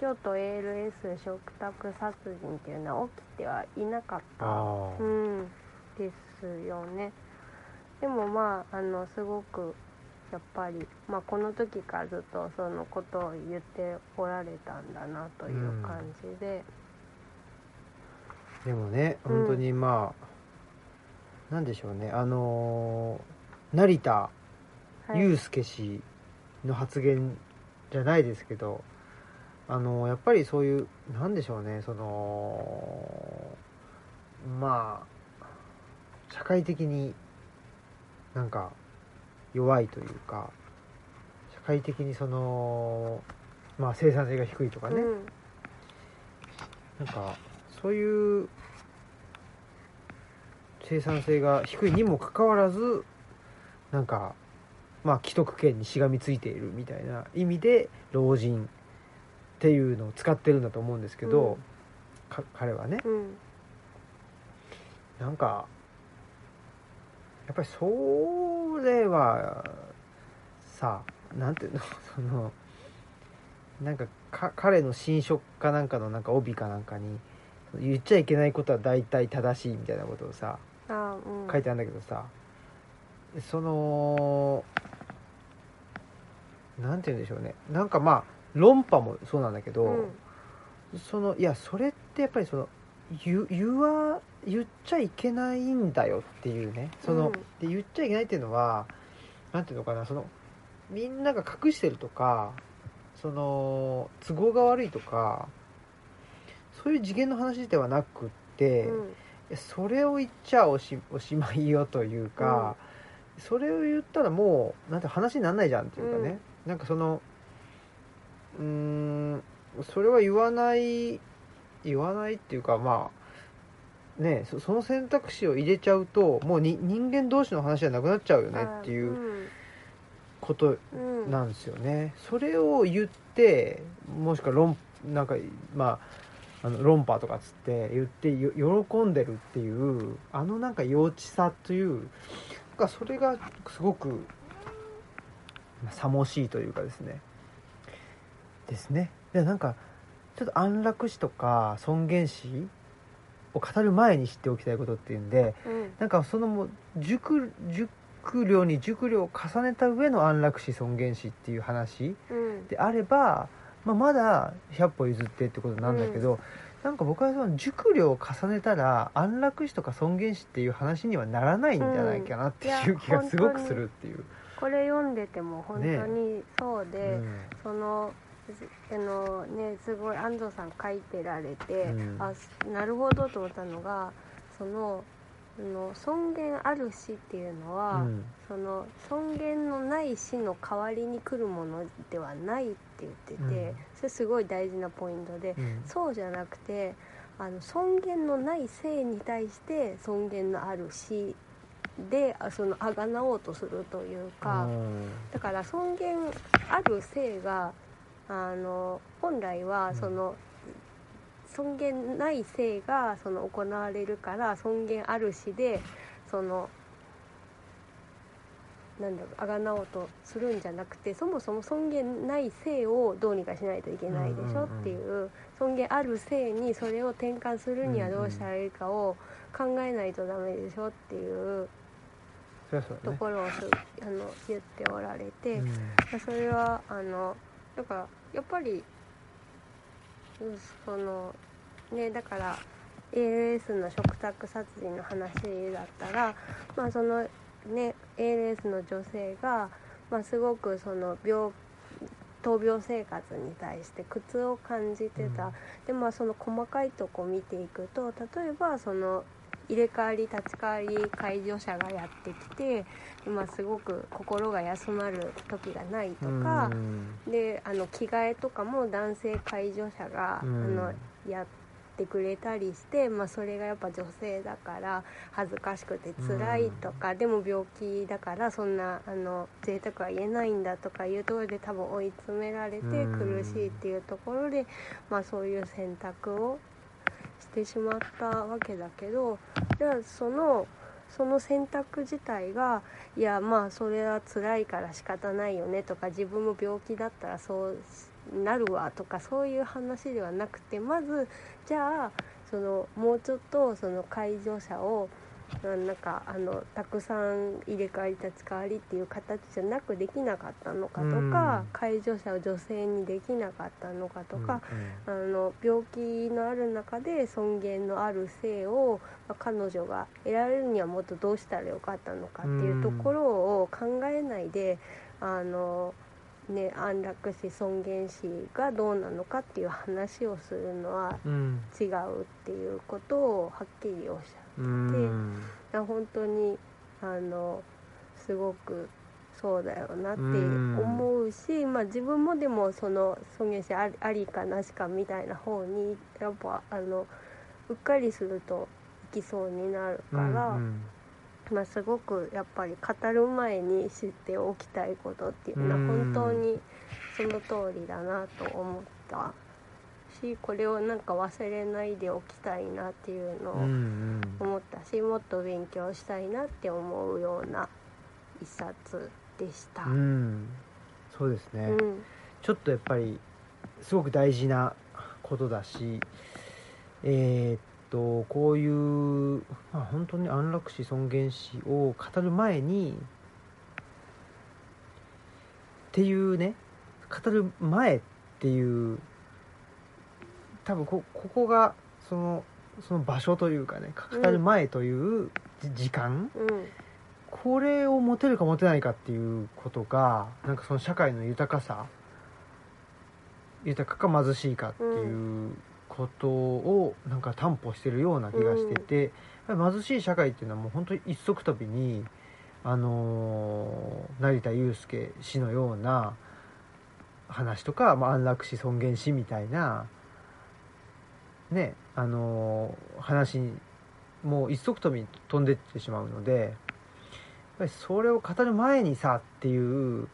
Speaker 2: 京都 ALS 食卓殺人っていうのは起きてはいなかった
Speaker 1: ああ
Speaker 2: うん、ですよねでもまああのすごくやっぱり、まあ、この時からずっとそのことを言っておられたんだなという感じで、
Speaker 1: でもね
Speaker 2: うん
Speaker 1: 本当にまあなんでしょうねあのー成田
Speaker 2: はい
Speaker 1: 悠介氏の発言じゃないですけどあのやっぱりそういうなんでしょうねそのまあ社会的になんか弱いというか社会的にそのまあ生産性が低いとかね、
Speaker 2: うん
Speaker 1: なんかそういう生産性が低いにもかかわらずなんかまあ既得権にしがみついているみたいな意味で老人っていうのを使ってるんだと思うんですけど、か彼はね
Speaker 2: うん
Speaker 1: なんかやっぱりそれ はさなんていうのそのなんかか彼の新書かなんかのなんか帯かなんかに言っちゃいけないことは大体正しいみたいなことをさ
Speaker 2: あうん
Speaker 1: 書いてあるんだけどさそのなんて言うんでしょうねなんかまあ論破もそうなんだけど、
Speaker 2: うん
Speaker 1: そのいやそれってやっぱりその言言わ言っちゃいけないんだよっていうねその、
Speaker 2: うん
Speaker 1: で言っちゃいけないっていうのはなんていうのかなそのみんなが隠してるとかその都合が悪いとかそういう次元の話ではなくって、い
Speaker 2: うん
Speaker 1: やそれを言っちゃおしおしまいよというか、それを言ったらもうなんて話にならないじゃんっていうかね、なんかそのうーんそれは言わない言わないっていうかまあねそその選択肢を入れちゃうともうに人間同士の話じゃなくなっちゃうよねっていうこと
Speaker 2: うんうん
Speaker 1: なんですよね。それを言ってもしくは論なんかまああの論破とかつって言ってよ喜んでるっていうあのなんか幼稚さというなんかそれがすごくまあさもしいというかですねですねでなんかちょっと安楽死とか尊厳死を語る前に知っておきたいことっていうんで
Speaker 2: うん
Speaker 1: なんかそのもう熟熟量に熟量を重ねた上の安楽死尊厳死っていう話
Speaker 2: うん
Speaker 1: であれば、まあ、まだ100歩譲ってってことなんだけど、なんか僕はその熟量を重ねたら安楽死とか尊厳死っていう話にはならないんじゃないかなっていう気がすごくするっていう。
Speaker 2: これ読んでても本当にそうで、
Speaker 1: うん
Speaker 2: そのずあのねすごい安藤さん書いてられて、
Speaker 1: うん
Speaker 2: あすなるほどと思ったのがそのあの尊厳ある死っていうのは、
Speaker 1: うん
Speaker 2: その尊厳のない死の代わりに来るものではないって言ってて、
Speaker 1: うん
Speaker 2: それすごい大事なポイントで、
Speaker 1: うん
Speaker 2: そうじゃなくてあの尊厳のない性に対して尊厳のある死であそのあがなおうとするというか。
Speaker 1: うん
Speaker 2: だから尊厳ある性があの本来
Speaker 1: う
Speaker 2: は
Speaker 1: ん
Speaker 2: その、尊厳ない性がその行われるから尊厳あるしでそのなんだろうあがなおうとするんじゃなくてそもそも尊厳ない性をどうにかしないといけないでしょっていう,、尊厳ある性にそれを転換するにはどうしたらいいかを考えないとダメでしょっていう
Speaker 1: そりゃそう
Speaker 2: と
Speaker 1: だね
Speaker 2: ころをす、あの言っておられて。
Speaker 1: うん
Speaker 2: それはあのだからやっぱりうんそのねだから ALS の食卓殺人の話だったらまあそのね ALS の女性が、まあ、すごくその病闘病生活に対して苦痛を感じてた、
Speaker 1: うん
Speaker 2: でまあその細かいとこ見ていくと例えばその入れ替わり立ち替わり介助者がやってきて、まあ、すごく心が休まる時がないとか
Speaker 1: う、ん
Speaker 2: であの着替えとかも男性介助者が、
Speaker 1: うん
Speaker 2: あのやってくれたりして、まあ、それがやっぱ女性だから恥ずかしくて辛いとか、でも病気だからそんなあの贅沢は言えないんだとかいうところで多分追い詰められて
Speaker 1: うん
Speaker 2: 苦しいっていうところで、まあ、そういう選択をしてしまったわけだけどじゃあそのその選択自体がいやまあそれは辛いから仕方ないよねとか自分も病気だったらそうなるわとかそういう話ではなくてまずじゃあそのもうちょっとその介助者をうんなんかあのたくさん入れ替わり立ち替わりっていう形じゃなくできなかったのかとか
Speaker 1: うん
Speaker 2: 介助者を女性にできなかったのかとか、
Speaker 1: うん
Speaker 2: あの病気のある中で尊厳のある性を、まあ彼女が得られるにはもっとどうしたらよかったのかっていうところを考えないで、あのね、安楽死尊厳死がどうなのかっていう話をするのは
Speaker 1: うん
Speaker 2: 違うっていうことをはっきりおっしゃ
Speaker 1: うん
Speaker 2: った本当にあのすごくそうだよなって
Speaker 1: うん
Speaker 2: 思うし、まあ、自分もでもその尊厳死ありありかなしかみたいな方にやっぱあのうっかりするといきそうになるから、
Speaker 1: うん
Speaker 2: まあ、すごくやっぱり語る前に知っておきたいことっていうのは
Speaker 1: うん
Speaker 2: 本当にその通りだなと思ったしこれをなんか忘れないでおきたいなっていうのを
Speaker 1: うんうん
Speaker 2: 思ったしもっと勉強したいなって思うような一冊でした。
Speaker 1: うんそうですね、
Speaker 2: うん
Speaker 1: ちょっとやっぱりすごく大事なことだしえーっとこういう、まあ、本当に安楽死尊厳死を語る前にっていうね語る前っていう多分こここがそのその場所というかね語る前というじ時間、
Speaker 2: うん
Speaker 1: これを持てるか持てないかっていうことがなんかその社会の豊かさ豊かか貧しいかっていうことをなんか担保してるような気がしてて、やっぱり貧しい社会っていうのはもう本当に一足飛びに、あのー成田悠輔氏のような話とか、まあ、安楽死尊厳死みたいな、ねあのー話にもう一足飛びに飛んでってしまうのでやっぱりそれを語る前にさっていう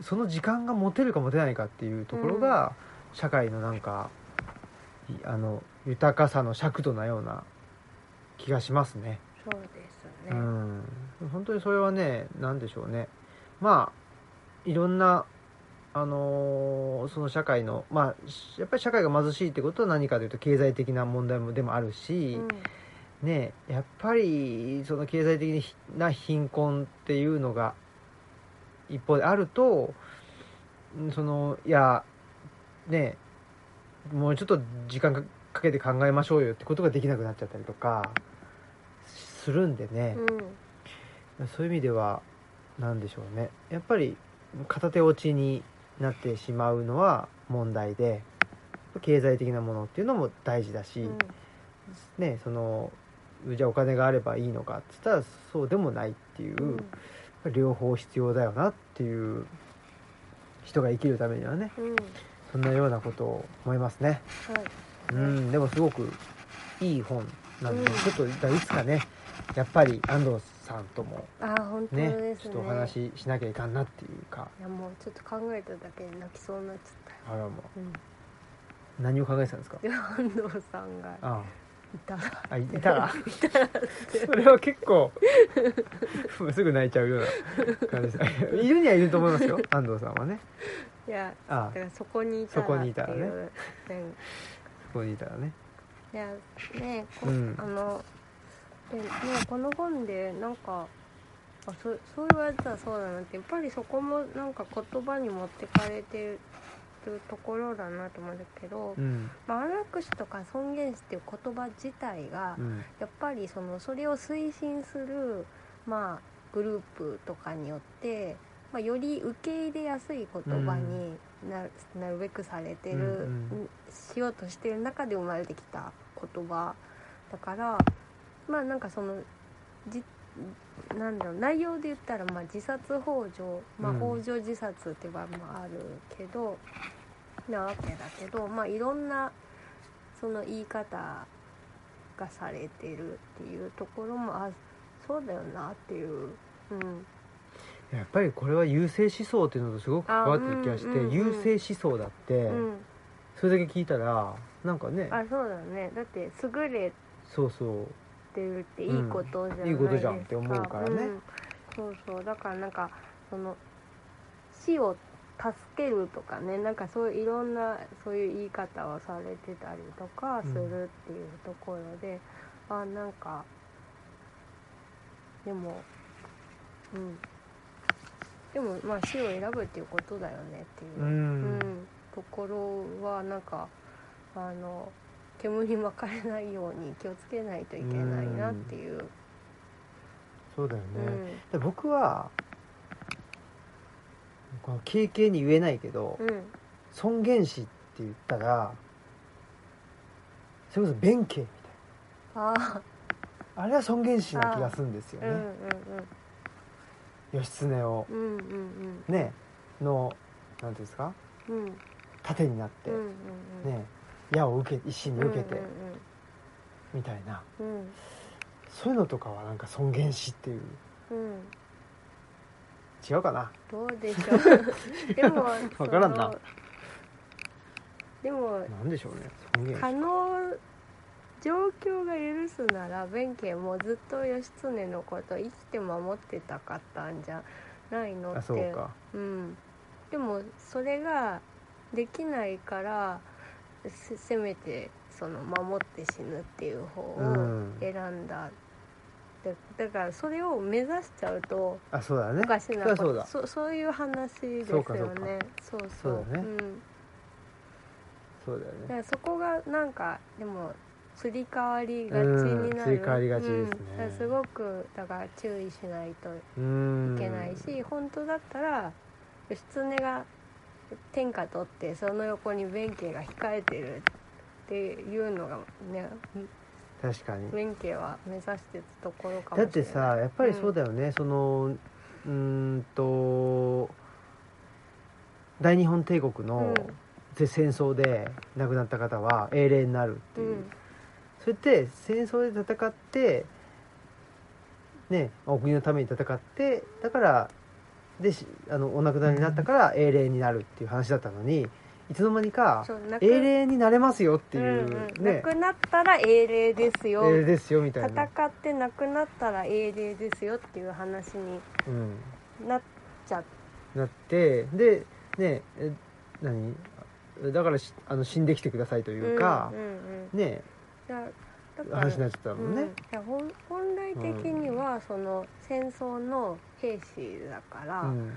Speaker 1: その時間が持てるか持てないかっていうところが、社会のなんかいあの豊かさの尺度なような気がしますね。
Speaker 2: そうです
Speaker 1: う
Speaker 2: ね、
Speaker 1: ん、本当にそれはね何でしょうねまあいろんなあのーその社会のまあしやっぱり社会が貧しいってことは何かというと経済的な問題もでもあるし、ねやっぱりその経済的な貧困っていうのが一方であるとんそのいやねもうちょっと時間かかけて考えましょうよってことができなくなっちゃったりとかするんでね、
Speaker 2: うん、
Speaker 1: そういう意味では何でしょうねやっぱり片手落ちになってしまうのは問題で経済的なものっていうのも大事だし、
Speaker 2: うん
Speaker 1: ねそのじゃあお金があればいいのかっつったらそうでもないっていう、
Speaker 2: うん
Speaker 1: 両方必要だよなっていう人が生きるためにはね
Speaker 2: うん、
Speaker 1: そんなようなことを思いますね。
Speaker 2: はい
Speaker 1: うん、でもすごくいい本なんで、
Speaker 2: うん
Speaker 1: ちょっとだいつかねやっぱり安藤さんとも
Speaker 2: あー本当
Speaker 1: ね
Speaker 2: です
Speaker 1: ちょ
Speaker 2: ね
Speaker 1: っとお話ししなきゃいかんなっていうか
Speaker 2: いやもうちょっと考えただけで泣きそうになっちゃったよ
Speaker 1: あらも
Speaker 2: うん
Speaker 1: う何を考えてたんですか
Speaker 2: で安藤さんが
Speaker 1: あ
Speaker 2: いたら
Speaker 1: ああいたらそれは結構 もうすぐ泣いちゃうような感じですいるにはいると思い ますよ安藤さんはね
Speaker 2: いや
Speaker 1: あ
Speaker 2: だ
Speaker 1: あ
Speaker 2: からそこにいた
Speaker 1: そ
Speaker 2: ら
Speaker 1: こにいたら
Speaker 2: って
Speaker 1: ね
Speaker 2: いううん
Speaker 1: ここにいたらね
Speaker 2: いやねこ、
Speaker 1: うん
Speaker 2: あのでねこの本でなんかあそそう言われたらそうだなってやっぱりそこもなんか言葉に持ってかれてるところだなと思うんだけど、
Speaker 1: うん
Speaker 2: まあ、安楽死とか尊厳死っていう言葉自体が、
Speaker 1: うん
Speaker 2: やっぱりそのそれを推進する、まあ、グループとかによって、まあ、より受け入れやすい言葉にな,、なるべくされてる、
Speaker 1: うんう
Speaker 2: しようとしてる中で生まれてきた言葉だからまあなんかそのじなんだろう内容で言ったら、まあ、自殺ほ助、まあ、
Speaker 1: うん
Speaker 2: ほ助自殺って場合もあるけど、なわけだけど、まあ、いろんなその言い方がされてるっていうところもあそうだよなっていう、うん、
Speaker 1: やっぱりこれは優勢思想っていうのとすごく関わってる気がして、
Speaker 2: あうんうんうん
Speaker 1: 優勢思想だって、
Speaker 2: うん、
Speaker 1: それだけ聞いたらなんかね
Speaker 2: あそうだねだって優れ
Speaker 1: そうそう
Speaker 2: ってるっていいことじゃな
Speaker 1: うん
Speaker 2: いですか、
Speaker 1: いいことじゃんって思うからね
Speaker 2: んそうそうだからなんかその死を助けるとかねなんかそういういろんなそういう言い方をされてたりとかするっていうところで、あなんかでもうんでもまあ死を選ぶっていうことだよねってい
Speaker 1: う、
Speaker 2: う。うんん、ところはなんかあの煙に巻かれないように気をつけないといけないなっていう、
Speaker 1: そうだよね、
Speaker 2: うん
Speaker 1: で僕はこの経験に言えないけど、
Speaker 2: うん
Speaker 1: 尊厳死って言ったらそれこそ弁慶み
Speaker 2: ああ、
Speaker 1: たいなあれは尊厳死な気がするんですよ
Speaker 2: うん
Speaker 1: ね、義経を
Speaker 2: うんうんうんうん
Speaker 1: ねのなんていうんですか
Speaker 2: うんうん
Speaker 1: 盾になって、
Speaker 2: うんうん
Speaker 1: ね矢を受け一心に受けて、
Speaker 2: うん
Speaker 1: みたいな
Speaker 2: うん
Speaker 1: そういうのとかはなんか尊厳死っていう
Speaker 2: うんうんうん
Speaker 1: 違うかな
Speaker 2: どうでしょ うでも
Speaker 1: わからんな
Speaker 2: そのでも
Speaker 1: なんでしょうね尊厳死
Speaker 2: 可能状況が許すなら弁慶もずっと義経のこと生きて守ってたかったんじゃないのって
Speaker 1: あそうか
Speaker 2: うん、でもそれができないからせせめてその守って死ぬっていう方を
Speaker 1: ん
Speaker 2: 選んだ、でだからそれを目指しちゃうと
Speaker 1: あそうだね
Speaker 2: おかしなこと
Speaker 1: そうだそうだ
Speaker 2: そそういう話です
Speaker 1: そ
Speaker 2: よ
Speaker 1: うかそうか
Speaker 2: ねそうそう
Speaker 1: そうだね
Speaker 2: ん、
Speaker 1: そうだよ
Speaker 2: だか
Speaker 1: ね
Speaker 2: らそこがなんかでもすり替わりがちになる、
Speaker 1: うんすり替わりがちですね
Speaker 2: うんだからすごくだから注意しないと
Speaker 1: う
Speaker 2: い
Speaker 1: ん
Speaker 2: けないし、本当だったら義経が天下取ってその横に弁慶が控えてるっていうのがね
Speaker 1: 確かに
Speaker 2: 弁慶は目指してたところかもしれな
Speaker 1: だ
Speaker 2: い
Speaker 1: ってさやっぱりそうだよね、そのうーんと大日本帝国の
Speaker 2: うん
Speaker 1: で戦争で亡くなった方は英霊になるって
Speaker 2: う
Speaker 1: いう、
Speaker 2: ん
Speaker 1: それって戦争で戦ってねお国のために戦ってだからでしあのお亡くなりになったから英霊になるっていう話だったのにいつの間にか
Speaker 2: そう亡く
Speaker 1: 英霊になれますよっていう、
Speaker 2: うんうん
Speaker 1: ね
Speaker 2: 亡くなったら英霊ですよ、
Speaker 1: 英霊ですよみたいな、
Speaker 2: 戦って亡くなったら英霊ですよっていう話に
Speaker 1: うん、
Speaker 2: なっちゃっ
Speaker 1: なってでねえ何だからしあの死んできてくださいと
Speaker 2: て
Speaker 1: いうか
Speaker 2: ん、うん
Speaker 1: ね
Speaker 2: だだから
Speaker 1: 話になっちゃったもんね、
Speaker 2: うんいや本本来的にはその戦争の兵士だから、
Speaker 1: うん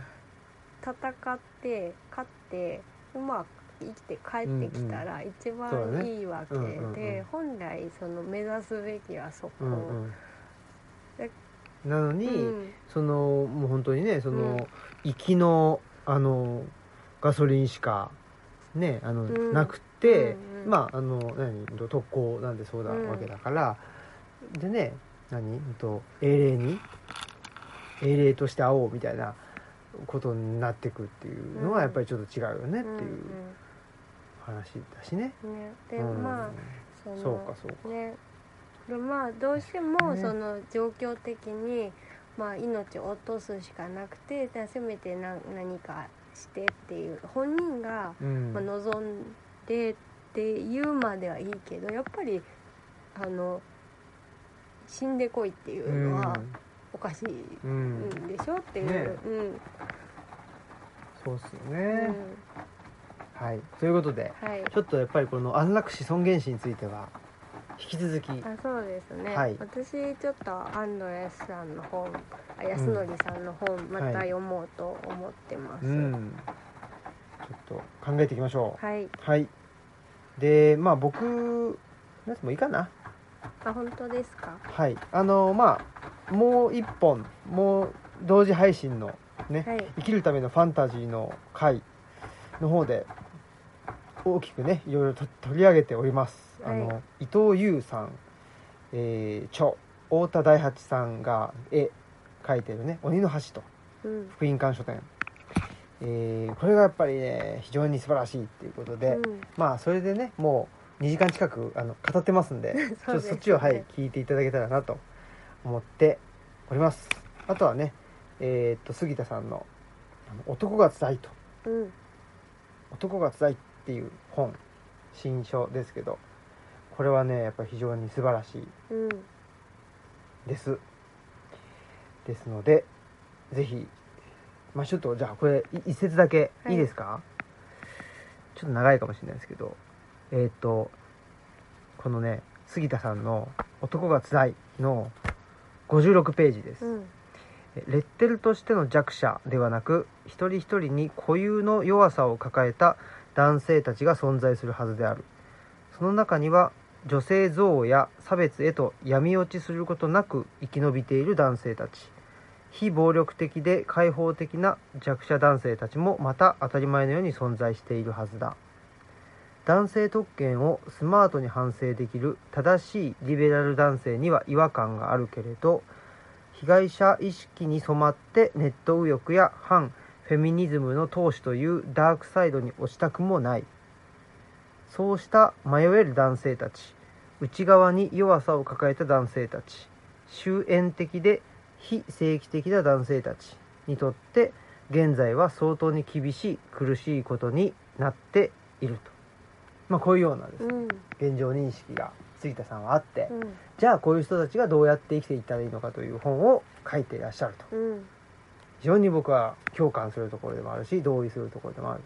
Speaker 2: 戦って勝ってうまく生きて帰ってきたら一
Speaker 1: そうだ
Speaker 2: 番
Speaker 1: ね
Speaker 2: いいわけ
Speaker 1: うんうんうん
Speaker 2: で本来その目指すべきはそこ、
Speaker 1: うんうん
Speaker 2: で
Speaker 1: なのに、
Speaker 2: うん
Speaker 1: そのもう本当にねその、
Speaker 2: うん
Speaker 1: 行きのあのガソリンしかねあの、
Speaker 2: うん
Speaker 1: なくて、
Speaker 2: うんうん
Speaker 1: まああの何特攻なんでそうだわけだから、でね何うんと英霊に英霊として会おうみたいなことになってくっていうの
Speaker 2: うん
Speaker 1: はやっぱりちょっと違うよねって
Speaker 2: うん
Speaker 1: いう話だしね。
Speaker 2: うんねで、
Speaker 1: うん
Speaker 2: まあその
Speaker 1: そうかそうか。
Speaker 2: ねでまあどうしても
Speaker 1: ね
Speaker 2: その状況的に、まあ、命を落とすしかなくてだせめて何何かしてっていう本人が、
Speaker 1: うん
Speaker 2: まあ、望んでっていうまではいいけどやっぱりあの死んでこいっていうのはおかしい
Speaker 1: うんうん
Speaker 2: んでしょっていう、
Speaker 1: ね
Speaker 2: うん
Speaker 1: そうっすよ
Speaker 2: う
Speaker 1: ね、
Speaker 2: ん
Speaker 1: はいということで
Speaker 2: はい
Speaker 1: ちょっとやっぱりこの安楽死尊厳死については引き続き
Speaker 2: あそうですね、
Speaker 1: はい
Speaker 2: 私ちょっと安藤康さんの本あ安則さんの本また読もうと思ってます、
Speaker 1: うんちょっと考えていきましょ
Speaker 2: はい、
Speaker 1: うはいでまあ僕なんてもいいかな
Speaker 2: あ本当ですか。
Speaker 1: はいあのまあもう一本もう同時配信のね、
Speaker 2: はい
Speaker 1: 生きるためのファンタジーの回の方で大きくねいろいろと取り上げております、あ
Speaker 2: は
Speaker 1: の伊藤優さん、えー著太田大八さんが絵描いてるね「鬼の橋」と
Speaker 2: うん。
Speaker 1: 福音館書店、えーこれがやっぱりね非常に素晴らしいっていうことで、
Speaker 2: うん
Speaker 1: まあそれでねもう2時間近くあの語ってますんでちょっ とそっちを、はい、聞いていただけたらなと思っておりますあとはねえーっと杉田さんのあの「男がつらい」と
Speaker 2: うん。
Speaker 1: 「男がつらい」っていう本新書ですけどこれはねやっぱり非常に素晴らしい
Speaker 2: うん。
Speaker 1: ですですのでぜひまあちょっとじゃあこれい一節だけ
Speaker 2: はい
Speaker 1: いいですか、ちょっと長いかもしれないですけどえーっ、とこのね杉田さんの「男がつらい」の56ページです、
Speaker 2: うん。
Speaker 1: えレッテルとしての弱者ではなく一人一人に固有の弱さを抱えた男性たちが存在するはずであるその中には女性憎悪や差別へと闇落ちすることなく生き延びている男性たち非暴力的で開放的な弱者男性たちもまた当たり前のように存在しているはずだ男性特権をスマートに反省できる正しいリベラル男性には違和感があるけれど被害者意識に染まってネット右翼や反フェミニズムの闘志というダークサイドに落ちたくもないそうした迷える男性たち内側に弱さを抱えた男性たち終焉的で非正規的な男性たちにとって現在は相当に厳しい苦しいことになっていると、まあ、こういうようなです
Speaker 2: う
Speaker 1: ね
Speaker 2: ん。
Speaker 1: 現状認識が杉田さんはあって、
Speaker 2: うん。
Speaker 1: じゃあこういう人たちがどうやって生きていったらいいのかという本を書いていらっしゃると
Speaker 2: うん。
Speaker 1: 非常に僕は共感するところでもあるし同意するところでもある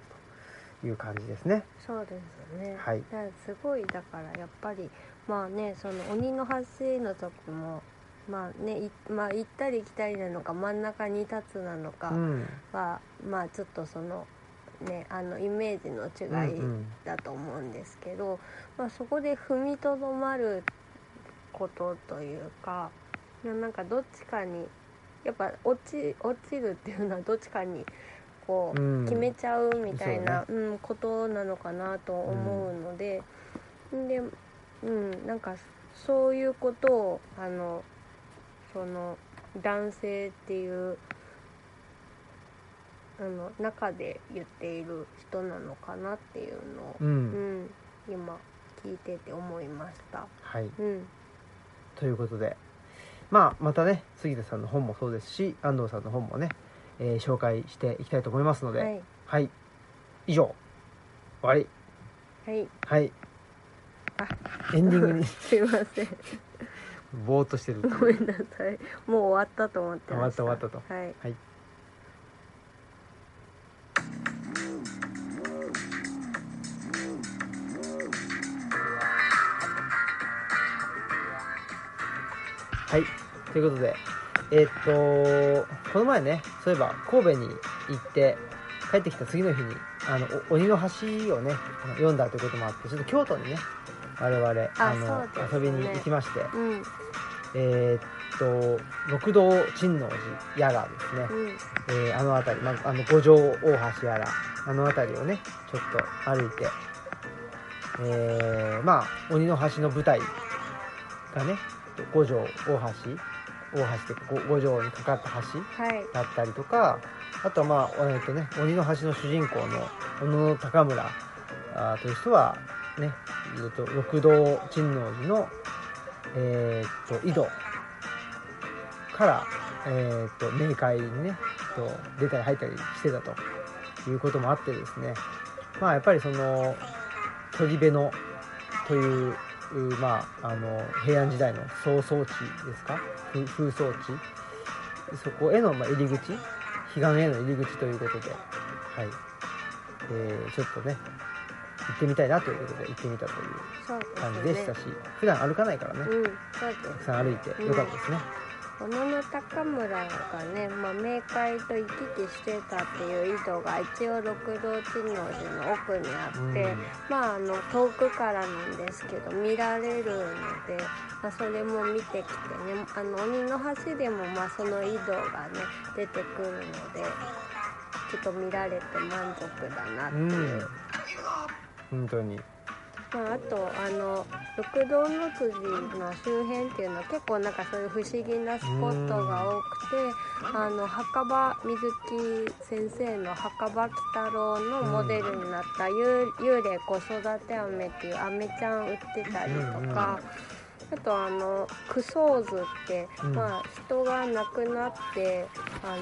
Speaker 1: いう感じですね。
Speaker 2: そうですよね、
Speaker 1: はい
Speaker 2: だからすごいだからやっぱりまあねその鬼の橋の時もまあねいまあ行ったり来たりなのか真ん中に立つなの
Speaker 1: う
Speaker 2: か
Speaker 1: ん、
Speaker 2: は、まあちょっとそのねあのイメージの
Speaker 1: うんう
Speaker 2: 違い
Speaker 1: ん
Speaker 2: だと思うんですけど、まあ、そこで踏みとどまることというかななんかどっちかにやっぱ落ち落ちるっていうのはどっちかにこう
Speaker 1: うん
Speaker 2: 決めちゃうみたいな、うんことなのかなと思うので、で、うん、なんかそういうことをあのその男性っていうあの中で言っている人なのかなっていうのを、
Speaker 1: う
Speaker 2: うんん、今聞いてて思いました。
Speaker 1: はい、
Speaker 2: うん、
Speaker 1: ということで、まあ、またね杉田さんの本もそうですし安藤さんの本もね、えー紹介していきたいと思いますので、
Speaker 2: は
Speaker 1: はい、
Speaker 2: い、
Speaker 1: 以上終わり
Speaker 2: はい、
Speaker 1: はい
Speaker 2: あ
Speaker 1: エンディングに
Speaker 2: すいません。
Speaker 1: ぼーっとしてる
Speaker 2: ごめんなさい。もう終わったと思ってました。
Speaker 1: 終わった終わった
Speaker 2: と。はい。
Speaker 1: はいはいということでえーっとこの前ねそういえば神戸に行って帰ってきた次の日に「あのお鬼の橋」をねあの読んだということもあってちょっと京都にね我々あの
Speaker 2: そうです
Speaker 1: 遊
Speaker 2: ね
Speaker 1: びに行きまして
Speaker 2: うん、
Speaker 1: えーっと六道珍王寺やらですね、
Speaker 2: うん、
Speaker 1: えーあの辺り、まあ、あの五条大橋やらあの辺りをねちょっと歩いて、えーまあ鬼の橋の舞台がね五条大橋大橋っていうかご五条にかかった橋
Speaker 2: はい。
Speaker 1: だったりとかあとはまあ、えーとね、鬼の橋の主人公の小野高村あーという人はね、えー、と六道珍王寺の、えー、と井戸から、えー、と冥界にねと出たり入ったりしてたということもあってですねまあやっぱりその鳥辺のといううまああの平安時代の草創地ですか風風葬地そこへのまあ入り口彼岸への入り口ということで、はいえー、ちょっとね行ってみたいなということで行ってみたという
Speaker 2: そう
Speaker 1: 感じ
Speaker 2: で
Speaker 1: ですした
Speaker 2: ね
Speaker 1: し。普段歩かないからね
Speaker 2: うん、そう
Speaker 1: たく
Speaker 2: です。
Speaker 1: さん歩いてよかったですね、
Speaker 2: 小野の高村がね、まあ、冥界と行き来してたっていう井戸が一応六道珍王寺の奥にあ
Speaker 1: うん
Speaker 2: って、まああの遠くからなんですけど見られるので、まあ、それも見てきてねあの鬼の橋でもまあその井戸がね出てくるのでちょっと見られて満足だなっていう。
Speaker 1: 本当に
Speaker 2: まあ、あとあの六道の辻の周辺っていうのは結構なんかそういう不思議なスポットが多くてあの墓場水木先生の墓場鬼太郎のモデルになった幽幽霊子育て飴っていう飴ちゃん売ってたりと
Speaker 1: うんうん
Speaker 2: か。あとあのクソーズって、
Speaker 1: うん
Speaker 2: まあ人が亡くなってあ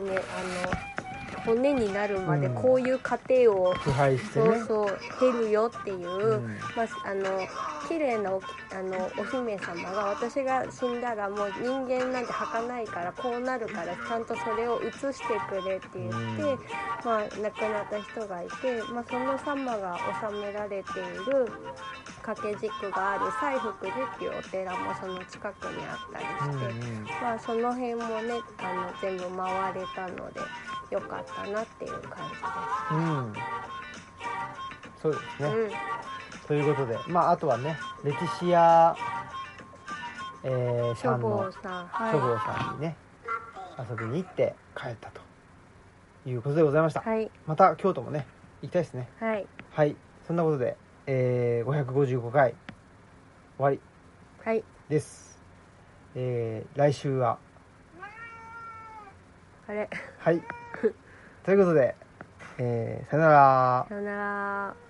Speaker 2: のねあの骨になるまでこういう過程を
Speaker 1: 腐敗して
Speaker 2: そう
Speaker 1: ね
Speaker 2: そう出るよっていう、
Speaker 1: うん
Speaker 2: まあ、あの綺麗なおあのお姫様が私が死んだらもう人間なんて儚ないからこうなるからちゃんとそれを移してくれって
Speaker 1: う
Speaker 2: 言って、
Speaker 1: ん
Speaker 2: まあ、亡くなった人がいて、まあ、その様が納められている掛け軸がある西福寺っていうお寺もその近くにあったり
Speaker 1: う
Speaker 2: して。
Speaker 1: ん
Speaker 2: まあ、その辺もねあの全部回れたので良かったなっていう感
Speaker 1: う
Speaker 2: じ
Speaker 1: んうんそうですね、
Speaker 2: です。
Speaker 1: ということでまああとはねレティシア、えー、
Speaker 2: うん、
Speaker 1: さん
Speaker 2: 処
Speaker 1: の
Speaker 2: 方さん、はい
Speaker 1: 祖母さんにね遊びに行って帰ったということでございました、
Speaker 2: はい
Speaker 1: また京都もね行きたいですね
Speaker 2: はい
Speaker 1: はいそんなことで、えー、555回終わり
Speaker 2: はい
Speaker 1: ですえー、来週は
Speaker 2: あれ
Speaker 1: はいということで、えー、さよなら
Speaker 2: さよなら